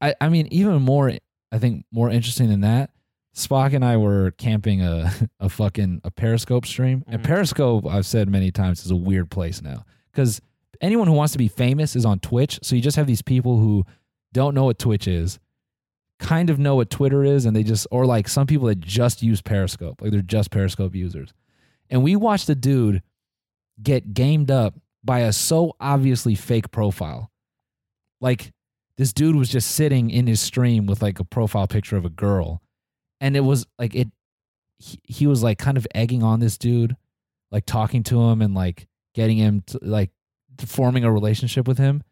I, I mean even more i think more interesting than that spock and i were camping a, a fucking a periscope stream and Mhm. periscope i've said many times is a weird place now because anyone who wants to be famous is on twitch so you just have these people who don't know what twitch is kind of know what twitter is and they just or like some people that just use periscope like they're just periscope users and we watched a dude get gamed up by a so obviously fake profile like this dude was just sitting in his stream with like a profile picture of a girl and it was like it he, he was like kind of egging on this dude like talking to him and like getting him to, like forming a relationship with him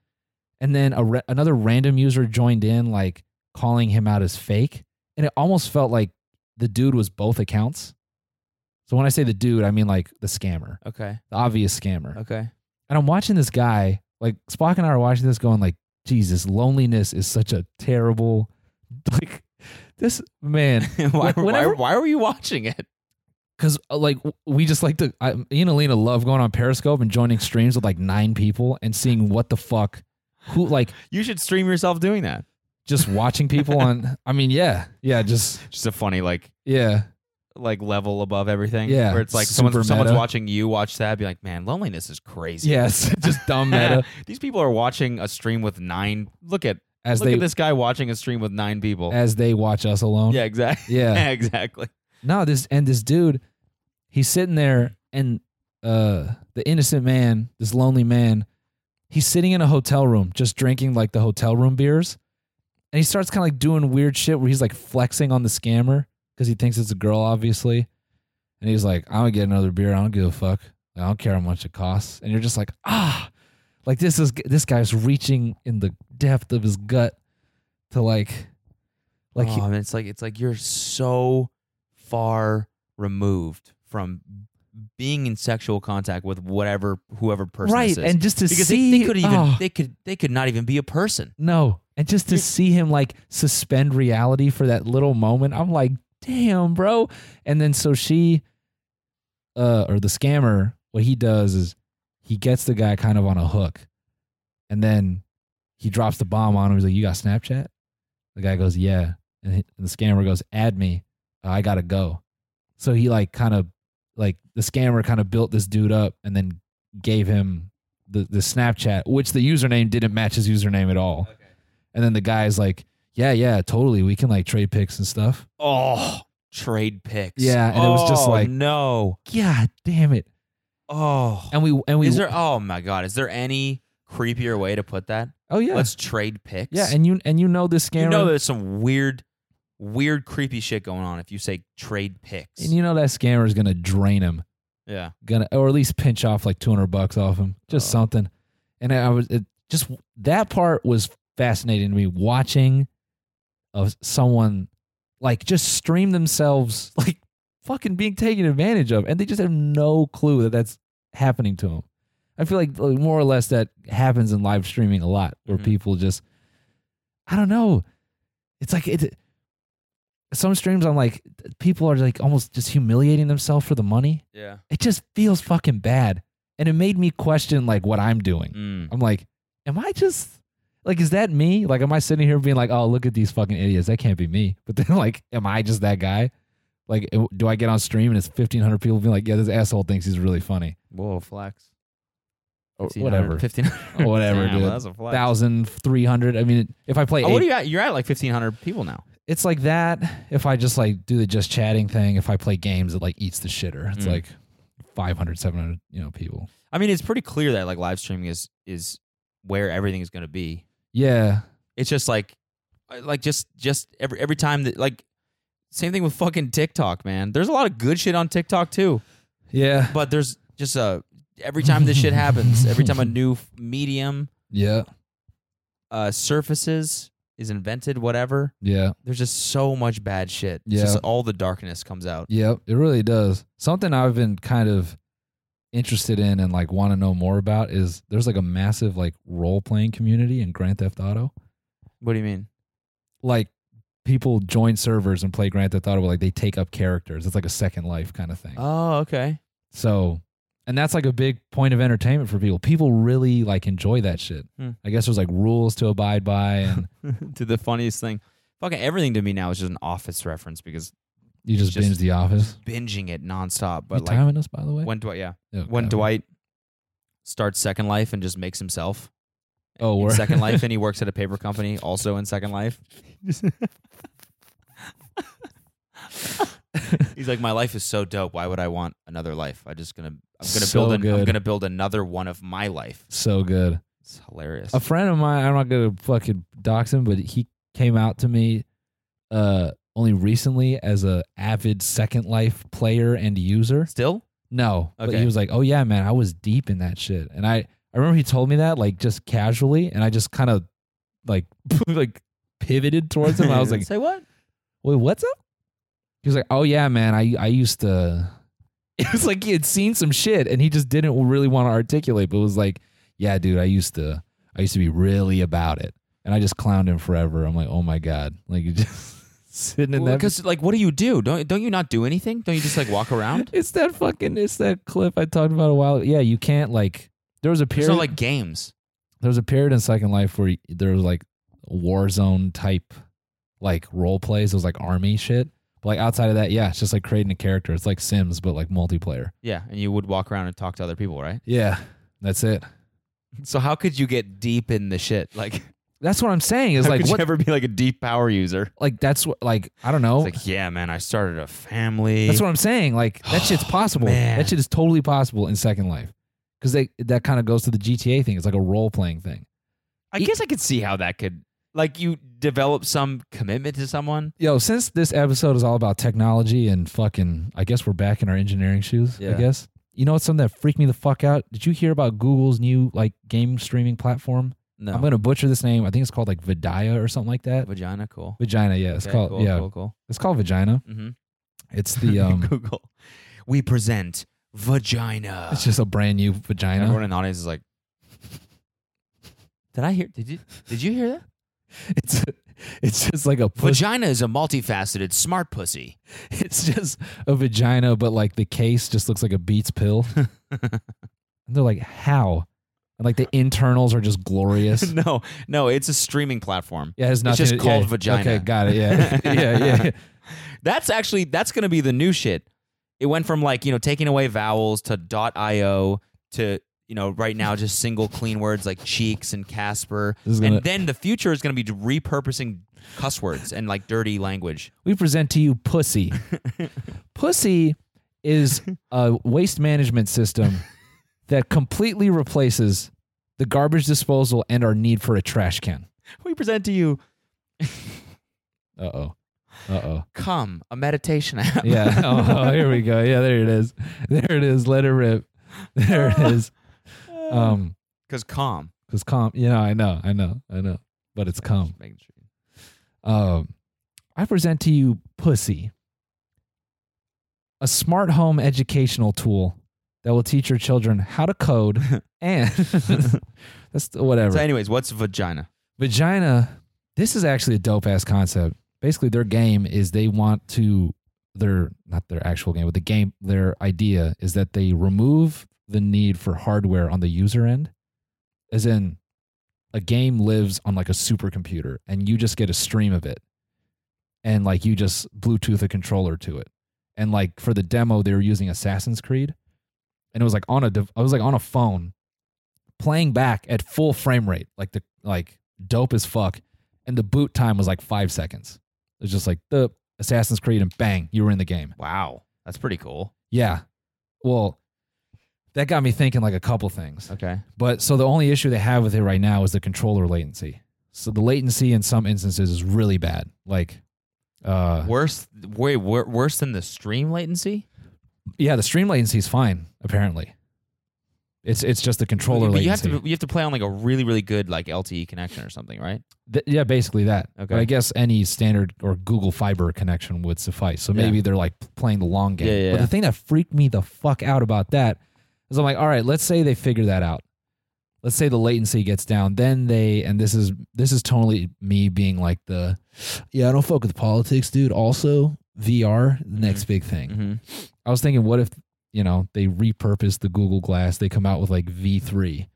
and then a ra- another random user joined in like calling him out as fake and it almost felt like the dude was both accounts so when i say the dude i mean like the scammer Okay. the obvious scammer Okay. and I'm watching this guy, like Spock and I are watching this, going like, Jesus, loneliness is such a terrible, like, this man, why, Whenever- why, why were you watching it? because uh, like w- we just like to, I, me and Alina love going on Periscope and joining streams with like nine people and seeing what the fuck, who like You should stream yourself doing that. just watching people on. I mean, yeah, yeah, just Just a funny like yeah, like level above everything. Yeah, Where it's like super someone's, someone's meta. watching you watch that, be like, man, loneliness is crazy. yes, just dumb meta These people are watching a stream with nine. Look at as look they at this guy watching a stream with nine people. as they watch us alone. yeah, exactly. yeah. exactly. No, this and this dude, he's sitting there and uh the innocent man, this lonely man, he's sitting in a hotel room just drinking like the hotel room beers. And he starts kind of like doing weird shit where he's like flexing on the scammer because he thinks it's a girl, obviously. And he's like, I'm gonna get another beer. I don't give a fuck. I don't care how much it costs. And you're just like, ah, like this is this guy's reaching in the depth of his gut to like, like he- oh, man, it's like it's like you're so far removed from being in sexual contact with whatever whoever person right, this is. and just to because see they, they could even oh. they could they could not even be a person. No. And just to You're- see him like suspend reality for that little moment, I'm like, damn, bro. And then so she uh or the scammer, what he does is he gets the guy kind of on a hook. And then he drops the bomb on him. He's like, You got Snapchat? The guy goes, Yeah. And, he, and the scammer goes, Add me. Uh, I gotta go. So he like kind of like the scammer kind of built this dude up and then gave him the, the Snapchat, which the username didn't match his username at all. And then the guy's like, Yeah, yeah, totally. We can like trade picks and stuff. Oh, trade picks. Yeah, and it was just Oh, like- no. God damn it. Oh, And we and we is there? Oh my God, is there any creepier way to put that? Oh yeah. Let's trade picks. yeah, and you and you know this scammer you know there's some weird, weird, creepy shit going on if you say trade picks. and you know that scammer is gonna drain him. yeah, gonna or at least pinch off like 200 bucks off him just Oh. something and i was it just that part was fascinating to me watching of someone like just stream themselves like fucking being taken advantage of and they just have no clue that that's happening to them i feel like, like, more or less that happens in live streaming a lot where Mhm. people just i don't know it's like it some streams i'm like people are like almost just humiliating themselves for the money yeah. it just feels fucking bad. And it made me question like what I'm doing. Mm. I'm like, am I just Like, is that me? Like, am I sitting here being like, oh, look at these fucking idiots? That can't be me. But then, like, am I just that guy? Like, do I get on stream and it's 1,500 people being like, yeah, this asshole thinks he's really funny? Whoa, flex. Oh, Or whatever. Fifteen. Or whatever, dude. That's a flex. 1,300. I mean, if I play Oh, what eight- are you at? You're at like fifteen hundred people now. it's like that. If I just like do the just chatting thing, if I play games, it like eats the shitter. It's Mm. like 500, 700, you know, people. I mean, it's pretty clear that like live streaming is is where everything is going to be. Yeah. It's just like, uh, like just just every every time that like, same thing with fucking TikTok, man. There's a lot of good shit on TikTok too, Yeah. but there's just a every time this shit happens, every time a new f- medium Yeah. uh surfaces is invented, whatever. Yeah. There's just so much bad shit. It's Yeah. just all the darkness comes out. Yep, it really does. Something I've been kind of interested in and like want to know more about is there's like a massive like role playing community in Grand Theft Auto. What do you mean? Like people join servers and play Grand Theft Auto, but like they take up characters. It's like a second life kind of thing. Oh, okay. So, and that's like a big point of entertainment for people. People really like enjoy that shit. Hmm. I guess there's like rules to abide by, and to the funniest thing. Fucking everything to me now is just an office reference because you just, Just- binge The Office. binging it nonstop. But you like timing us, by the way? when Dwight, yeah, Oh, when God. Dwight starts Second Life and just makes himself Oh, in we're Second Life, and he works at a paper company also in Second Life. He's like, my life is so dope. Why would I want another life? I just gonna, I'm gonna So build, an, I'm good. gonna build another one of my life. so good. It's hilarious. A friend of mine, I'm not gonna fucking dox him, but he came out to me uh only recently as a avid Second Life player and user. Still, No. But Okay. he was like, Oh yeah, man, I was deep in that shit. And I, I remember he told me that like just casually and I just kind of like like pivoted towards him. I was like, say what? Wait, what's up? He was like, Oh yeah, man, I I used to It was like he had seen some shit and he just didn't really want to articulate, but was like, Yeah, dude, I used to I used to be really about it. And I just clowned him forever. I'm like, oh my God. Like you just sitting in that Because like, what do you do? Don't don't you not do anything? Don't you just like walk around? It's that fucking. It's that clip I talked about a while. Yeah, you can't like. There was a There's period. no like games. there was a period in Second Life where there was like war zone type, like role plays. It was like army shit. But like outside of that, yeah, it's just like creating a character. It's like Sims, but like multiplayer. Yeah, and you would walk around and talk to other people, right? Yeah, that's it. So how could you get deep in the shit? Like, That's what I'm saying. Is how like could what? you ever be like a deep power user? like that's what. Like I don't know. It's like, yeah, man, I started a family. That's what I'm saying. Like that shit's possible. Oh, Man. That shit is totally possible in Second Life. Because they that kind of goes to the GTA thing. It's like a role playing thing. I guess I could see how that could like you develop some commitment to someone. Yo, since this episode is all about technology and fucking, I guess we're back in our engineering shoes. I Yeah. guess you know what's something that freaked me the fuck out. Did you hear about Google's new like game streaming platform? No, I'm gonna butcher this name. I think it's called like Vidya or something like that. vagina. Cool. Vagina, yeah, it's Okay, called cool, yeah, cool, cool. it's called Vagina. Mhm. It's the um, Google. We present vagina. it's just a brand new vagina. Everyone in the audience is like, did I hear? Did you? Did you hear that? It's it's just like a push. Vagina is a multifaceted smart pussy. It's just a vagina, but like the case just looks like a Beats pill. and they're like, how? And like the internals are just glorious. no, no, it's a streaming platform. Yeah, it has It's nothing. just to- called yeah, vagina. Okay, got it. Yeah, yeah, yeah, yeah. That's actually that's going to be the new shit. It went from like you know taking away vowels to .io to you know right now just single clean words like cheeks and Casper, This is gonna- and then the future is going to be repurposing cuss words and like dirty language. We present to you pussy. pussy is a waste management system that completely replaces the garbage disposal and our need for a trash can. We present to you Uh oh. Uh oh. come a meditation app. Yeah. Oh, oh, here we go. Yeah, there it is. There it is. Let it rip. There it is. Um, because calm. because calm. You know, I know, I know, I know, but it's calm. Just making sure. Um, I present to you Pussy, a smart home educational tool that will teach your children how to code and that's whatever. So, anyways, what's vagina? Vagina, this is actually a dope ass concept. Basically, their game is they want to, their, not their actual game, but the game, their idea is that they remove the need for hardware on the user end. As in, a game lives on like a supercomputer and you just get a stream of it and like you just bluetooth a controller to it and like for the demo they were using assassin's creed and it was like on a dev- i was like on a phone playing back at full frame rate like the like dope as fuck and the boot time was like five seconds it was just like the assassin's creed and bang you were in the game Wow, that's pretty cool. yeah well that got me thinking like a couple things Okay. but so the only issue they have with it right now is the controller latency. So the latency in some instances is really bad. Like, uh, Worse, way wor- worse than the stream latency. yeah, the stream latency is fine apparently. It's it's just the controller But latency. you have to you have to play on like a really really good like LTE connection or something, right? Th- yeah, basically that. Okay. But I guess any standard or Google Fiber connection would suffice. So Yeah. maybe they're like playing the long game. Yeah, yeah, but yeah. the thing that freaked me the fuck out about that is I'm like, all right, let's say they figure that out. Let's say the latency gets down. Then they and this is this is totally me being like the yeah, I don't fuck with politics, dude. Also, VR, the next big thing. Mm-hmm. I was thinking, what if you know they repurpose the Google Glass? They come out with like V three,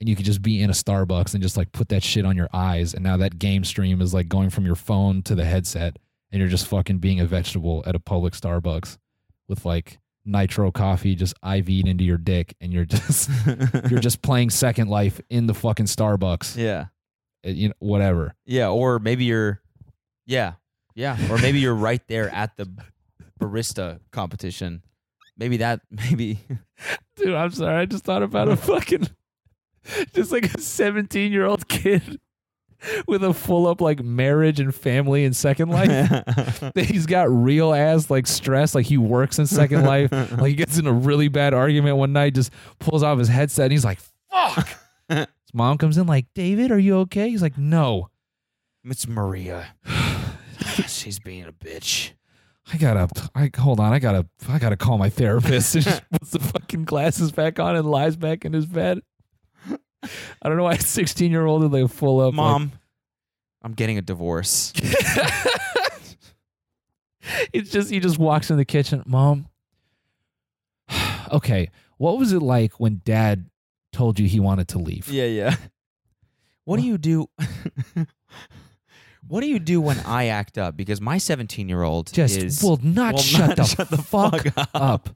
and you could just be in a Starbucks and just like put that shit on your eyes, and now that game stream is like going from your phone to the headset, and you're just fucking being a vegetable at a public Starbucks with like nitro coffee just IV'd into your dick, and you're just you're just playing Second Life in the fucking Starbucks, Mm-hmm. yeah, uh, you know, whatever. yeah, or maybe you're, yeah, yeah, or maybe you're right there at the barista competition. Maybe that maybe Dude, I'm sorry. I just thought about a fucking, just like a 17 year old kid with a full up like marriage and family and Second Life. He's got real ass like stress. Like he works in Second Life. Like he gets in a really bad argument one night, just pulls off his headset and he's like, fuck. His mom comes in like, David, are you okay? He's like, no. it's Maria. She's being a bitch. I gotta, I hold on. I gotta, I gotta call my therapist. And she puts the fucking glasses back on and lies back in his bed. I don't know why a 16 year old is like full up. like- Mom, I'm getting a divorce. it's just he just walks in the kitchen. Mom, okay, what was it like when Dad told you he wanted to leave? Yeah, yeah. What do you do? what do you do when I act up? Because my 17 year old just is will not will shut, not the, shut the fuck, fuck up. up.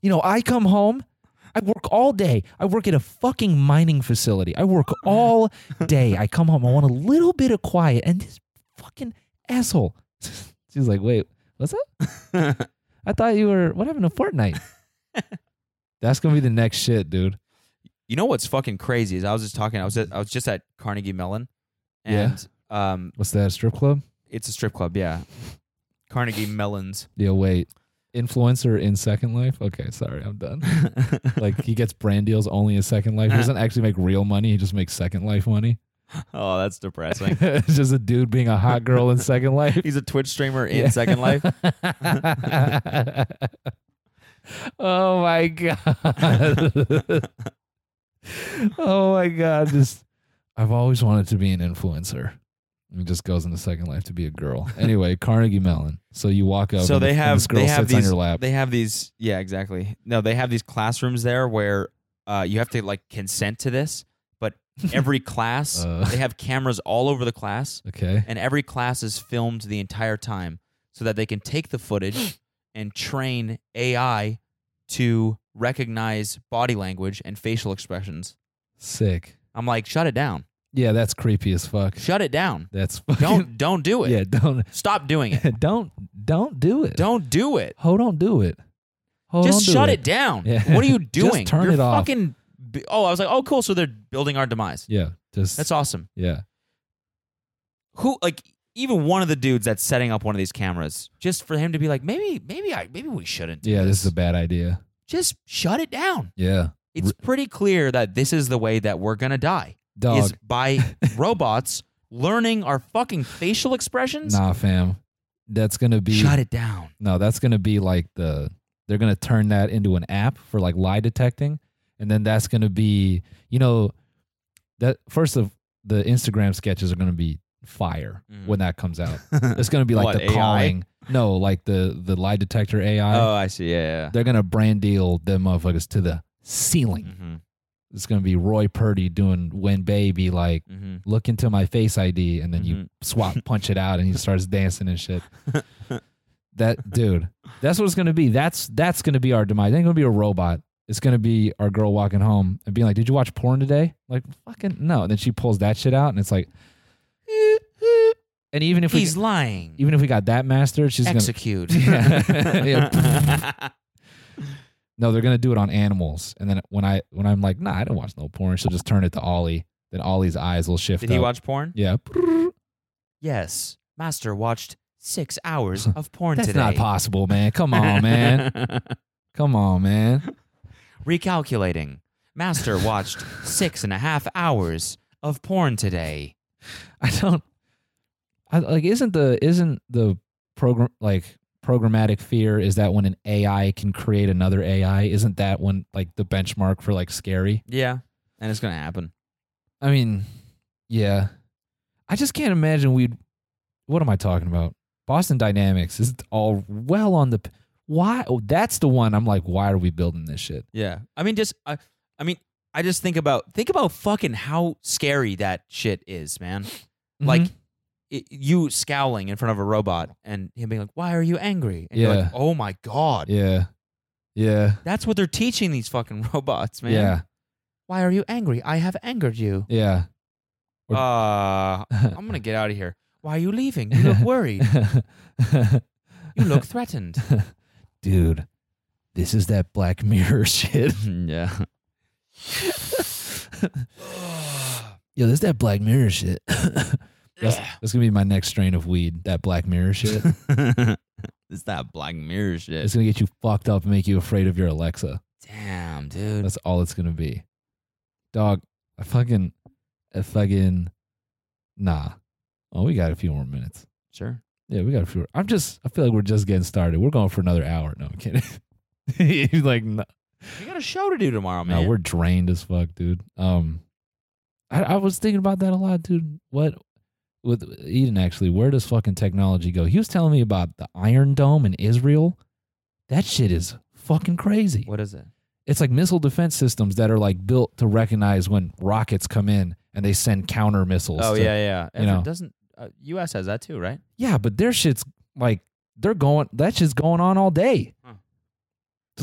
You know, I come home, I work all day. I work at a fucking mining facility. I work all day. I come home, I want a little bit of quiet, and this fucking asshole. She's like, wait, what's up? I thought you were what happened to Fortnite? That's gonna be the next shit, dude. You know what's fucking crazy is I was just talking. I was at, I was just at Carnegie Mellon, and um, What's that strip club? it's a strip club. Yeah, Carnegie Mellon's. Yeah, wait. Influencer in Second Life? Okay, sorry, I'm done. like he gets brand deals only in Second Life. He doesn't actually make real money, he just makes Second Life money. oh, that's depressing. it's just a dude being a hot girl in Second Life. He's a Twitch streamer in Yeah. Second Life. oh my god. oh my god. Just I've always wanted to be an influencer. It just goes into Second Life to be a girl. Anyway, Carnegie Mellon. So you walk up. so and they the- and have this girl they have sits these on your lap. they have these yeah exactly no they have these classrooms there where uh, you have to like consent to this but every class Uh. they have cameras all over the class okay. and every class is filmed the entire time so that they can take the footage and train AI to recognize body language and facial expressions Sick. I'm like shut it down Yeah, that's creepy as fuck. shut it down That's fucking, don't don't do it Yeah, don't stop doing it don't don't do it. don't do it Oh, don't do it. Oh, just don't do shut it. it. down. Yeah. What are you doing? turn You're it off. fucking b- Oh, I was like, "Oh, cool, so they're building our demise." Yeah. Just That's awesome. yeah. Who like even one of the dudes that's setting up one of these cameras just for him to be like, "Maybe maybe I maybe we shouldn't do Yeah, this." this is a bad idea. just shut it down. Yeah. It's pretty clear that this is the way that we're going to die Dog. is by robots learning our fucking facial expressions. Nah, fam. That's gonna be Shut it down. no. That's gonna be like the they're gonna turn that into an app for like lie detecting, and then that's gonna be you know that first of the Instagram sketches are gonna be fire Mhm. when that comes out. it's gonna be like What, the AI? calling. No, like the the lie detector AI. oh, I see. Yeah. They're gonna brand deal them motherfuckers to the yeah. ceiling. Mhm. It's gonna be Roy Purdy doing "When Baby" like Mhm. Mhm. look into my face ID, and then you Mhm. swap punch it out, and he starts dancing and shit. That dude, that's what it's gonna be. That's that's gonna be our demise. It ain't gonna be a robot. It's gonna be our girl walking home and being like, "Did you watch porn today?" Like, fucking no. And then she pulls that shit out, and it's like, and even if we He's lying. even if we got that mastered, she's gonna Execute. Yeah. Yeah. No, they're gonna do it on animals. And then when I when I'm like, nah, I don't watch no porn, she'll just turn it to Ollie. Then Ollie's eyes will shift. Did he up. watch porn? Yeah, yes, Master watched six hours of porn that's today. not possible, man. Come on, man. Come on, man. Recalculating. Master watched six and a half hours of porn today. I don't. I, like, isn't the isn't the program like programmatic fear? Is that when an AI can create another AI? Isn't that when like the benchmark for like scary? yeah. And it's gonna happen. I mean, yeah. I just can't imagine we'd. What am I talking about? Boston Dynamics is all well on the. p- Why? Oh, that's the one. I'm like, why are we building this shit? Yeah. I mean, just I, I mean, I just think about think about fucking how scary that shit is, man. Like, Mhm. It, you scowling in front of a robot and him being like, "Why are you angry?" And you're Yeah. like, "Oh my god." yeah, yeah, That's what they're teaching these fucking robots, man. yeah, Why are you angry? I have angered you. yeah. Or- Uh, I'm gonna get out of here. Why are you leaving? You look worried. You look threatened. dude. This is that Black Mirror shit. yeah. Yo, this is that Black Mirror shit. that's, that's gonna be my next strain of weed. That Black Mirror shit. it's that Black Mirror It's shit. gonna get you fucked up and make you afraid of your Alexa. Damn, dude. That's all it's gonna be. Dog, I fucking, I fucking, nah. Oh, we got a few more minutes. Sure. Yeah, we got a few. I'm just, I feel like we're just getting started. We're going for another hour. No, I'm kidding. He's like, no, We got a show to do tomorrow, no, man. we're drained as fuck, dude. Um, I, I was thinking about that a lot, dude. What with Eden actually? Where does fucking technology go? He was telling me about the Iron Dome in Israel. That shit is fucking crazy. what is it? it's like missile defense systems that are like built to recognize when rockets come in and they send counter missiles. Oh to- yeah, yeah. you If know. it doesn't uh, U.S. has that too, right? yeah, but their shit's like they're going. That shit's going on all day.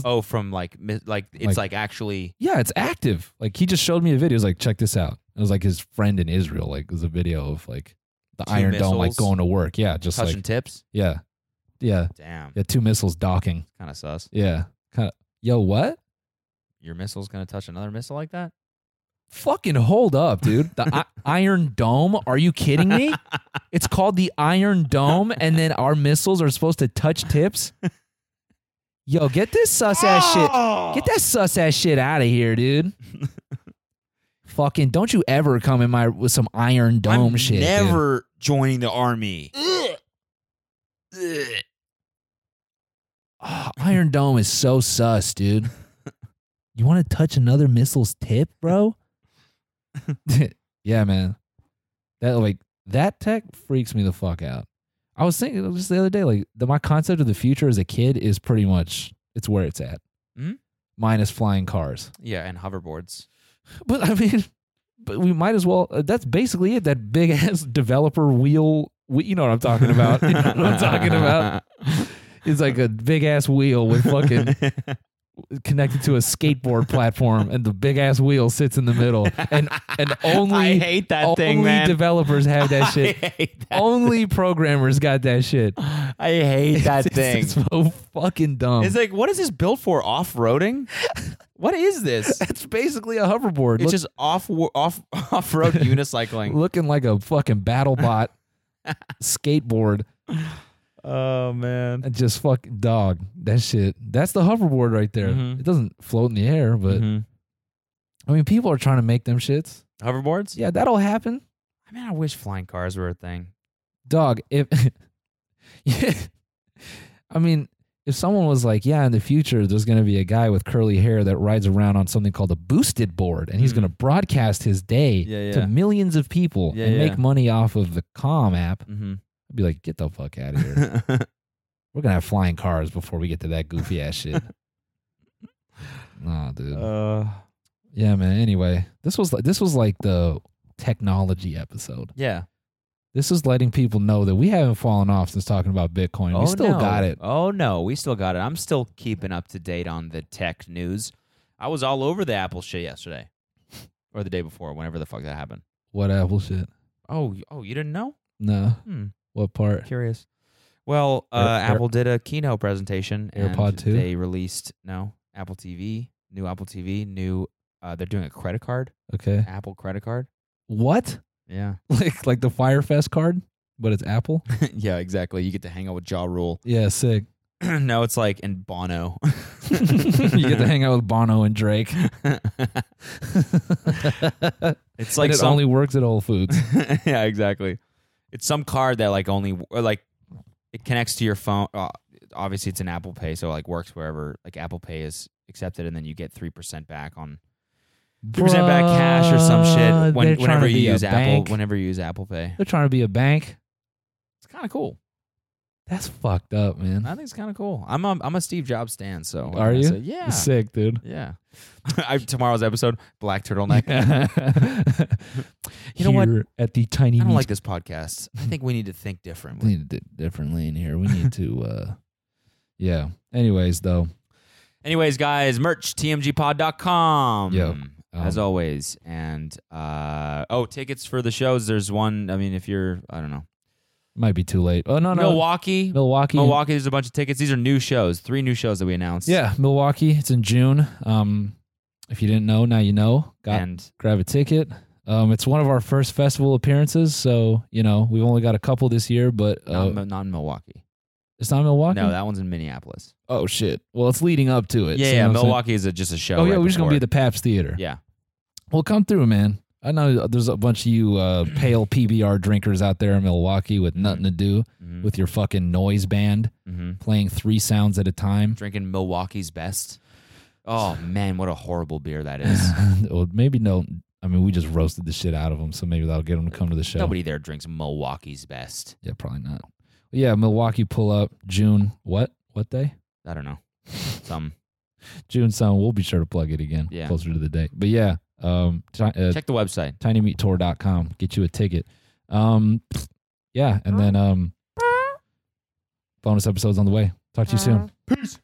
Oh, from like mi- like it's Like- like, actually. Yeah, it's active. Like he just showed me a video. He's like, check this out. It was like his friend in Israel. Like it was a video of like the Two Iron Dome like missiles. going to work. Yeah, just Touching like tips. yeah, yeah, Damn, yeah. Two missiles docking. kind of sus. Yeah, kind of. Yo, what? Your missile's gonna touch another missile like that? Fucking hold up, dude. The I- Iron Dome? Are you kidding me? It's called the Iron Dome, and then our missiles are supposed to touch tips. Yo, get this sus ass Oh, Oh! shit. Get that sus ass shit out of here, dude. Fucking, don't you ever come in my with some Iron Dome I'm shit. dude. Never joining the army. Ah, Iron Dome is so sus, dude. You want to touch another missile's tip, bro? yeah, man. That like that tech freaks me the fuck out. I was thinking just the other day, like the, my concept of the future as a kid is pretty much it's where it's at, Mhm. minus flying cars. Yeah, and hoverboards. But I mean, but we might as well. uh, that's basically it. That big ass developer wheel. We, you know what I'm talking about? You know what I'm talking about? It's like a big ass wheel with fucking connected to a skateboard platform and the big ass wheel sits in the middle and and only I hate that thing, only man. developers have that shit I hate that. only programmers got that shit I hate that It's- thing. it's so fucking dumb It's like, what is this built for? Off roading? what is this? it's basically a hoverboard It's Look- just off off off road unicycling. looking like a fucking battle bot skateboard Oh man. and just fuck dog that shit that's the hoverboard right there Mhm. it doesn't float in the air but Mm-hmm. i mean people are trying to make them shits Hoverboards? yeah that'll happen I mean, I wish flying cars were a thing. dog if i mean if someone was like yeah in the future there's going to be a guy with curly hair that rides around on something called a boosted board and he's Mm. going to broadcast his day Yeah, yeah. to millions of people Yeah, and yeah. make money off of the calm app Mm-hmm. i'd be like get the fuck out of here we're going to have flying cars before we get to that goofy ass shit nah dude uh, yeah man anyway this was like this was like the technology episode. Yeah. This is letting people know that we haven't fallen off since talking about Bitcoin. we still Oh, no. got it. Oh no, we still got it. I'm still keeping up to date on the tech news. I was all over the Apple shit yesterday, or the day before, whenever the fuck that happened. What Apple shit? Oh, y- oh, you didn't know? No. Hmm. What part? Curious. Well, uh, Air- Air- Apple did a keynote presentation. and AirPod 2? They released no Apple TV, new Apple TV, new. Uh, they're doing a credit card, Okay. Apple credit card. What? Yeah. Like like the Firefest card, but it's Apple? yeah, exactly. You get to hang out with Jaw Rule. Yeah, sick. no, it's like in Bono. you get to hang out with Bono and Drake. it's like like it some, only works at Whole Foods. yeah, exactly. It's some card that like only or like it connects to your phone. Uh, obviously, it's an Apple Pay, so like works wherever like Apple Pay is accepted, and then you get three percent back on three percent back cash or some shit Bruh, when, they're trying whenever to be you a use Apple. bank. Whenever you use Apple Pay, They're trying to be a bank. it's kind of cool. That's fucked up, I man. think it's kind of cool. I'm a, I'm a Steve Jobs stan, so what can Are I you? say? Yeah, Sick, dude. yeah. I, tomorrow's episode, black turtleneck. you You know what? At the tiny, I don't meat- like this podcast. I think we need to think we differently. need to do it differently in here. We need to, uh yeah. Anyways, though, Anyways, guys, merch, tmgpod.com. Yeah. as um, always. And uh, oh, tickets for the shows. There's one. I mean, if you're, I don't know, might be too late. Oh no, no, Milwaukee, Milwaukee, Milwaukee. There's a bunch of tickets. These are new shows. Three new shows that we announced. Yeah, Milwaukee. It's in June. Um, if you didn't know, now you know. Got and grab a ticket. Um, it's one of our first festival appearances, so you know we've only got a couple this year, but uh, not, not in Milwaukee. it's not Milwaukee. No, that one's in Minneapolis. oh shit. Well, it's leading up to it. yeah, so you yeah. know what I'm saying? Milwaukee is a, just a show. Oh yeah, right we're just gonna before be it. at the Paps Theater. Yeah. Well, come through, man. I know there's a bunch of you uh, pale PBR drinkers out there in Milwaukee with Mm-hmm. nothing to do Mhm, with your fucking noise band mhm. playing three sounds at a time. Drinking Milwaukee's best. Oh man, what a horrible beer that is. well, maybe no. I mean, we just roasted the shit out of them, so maybe that'll get them to come to the show. Nobody there drinks Milwaukee's best. Yeah, probably not. Yeah, Milwaukee pull up June. What? What day? I don't know. Some June some. We'll be sure to plug it again Yeah. closer to the date. But yeah, um, ti- uh, check the website. tinymeattour.com. Get you a ticket. Um, yeah, and then um, bonus episodes on the way. Talk to you soon. Peace.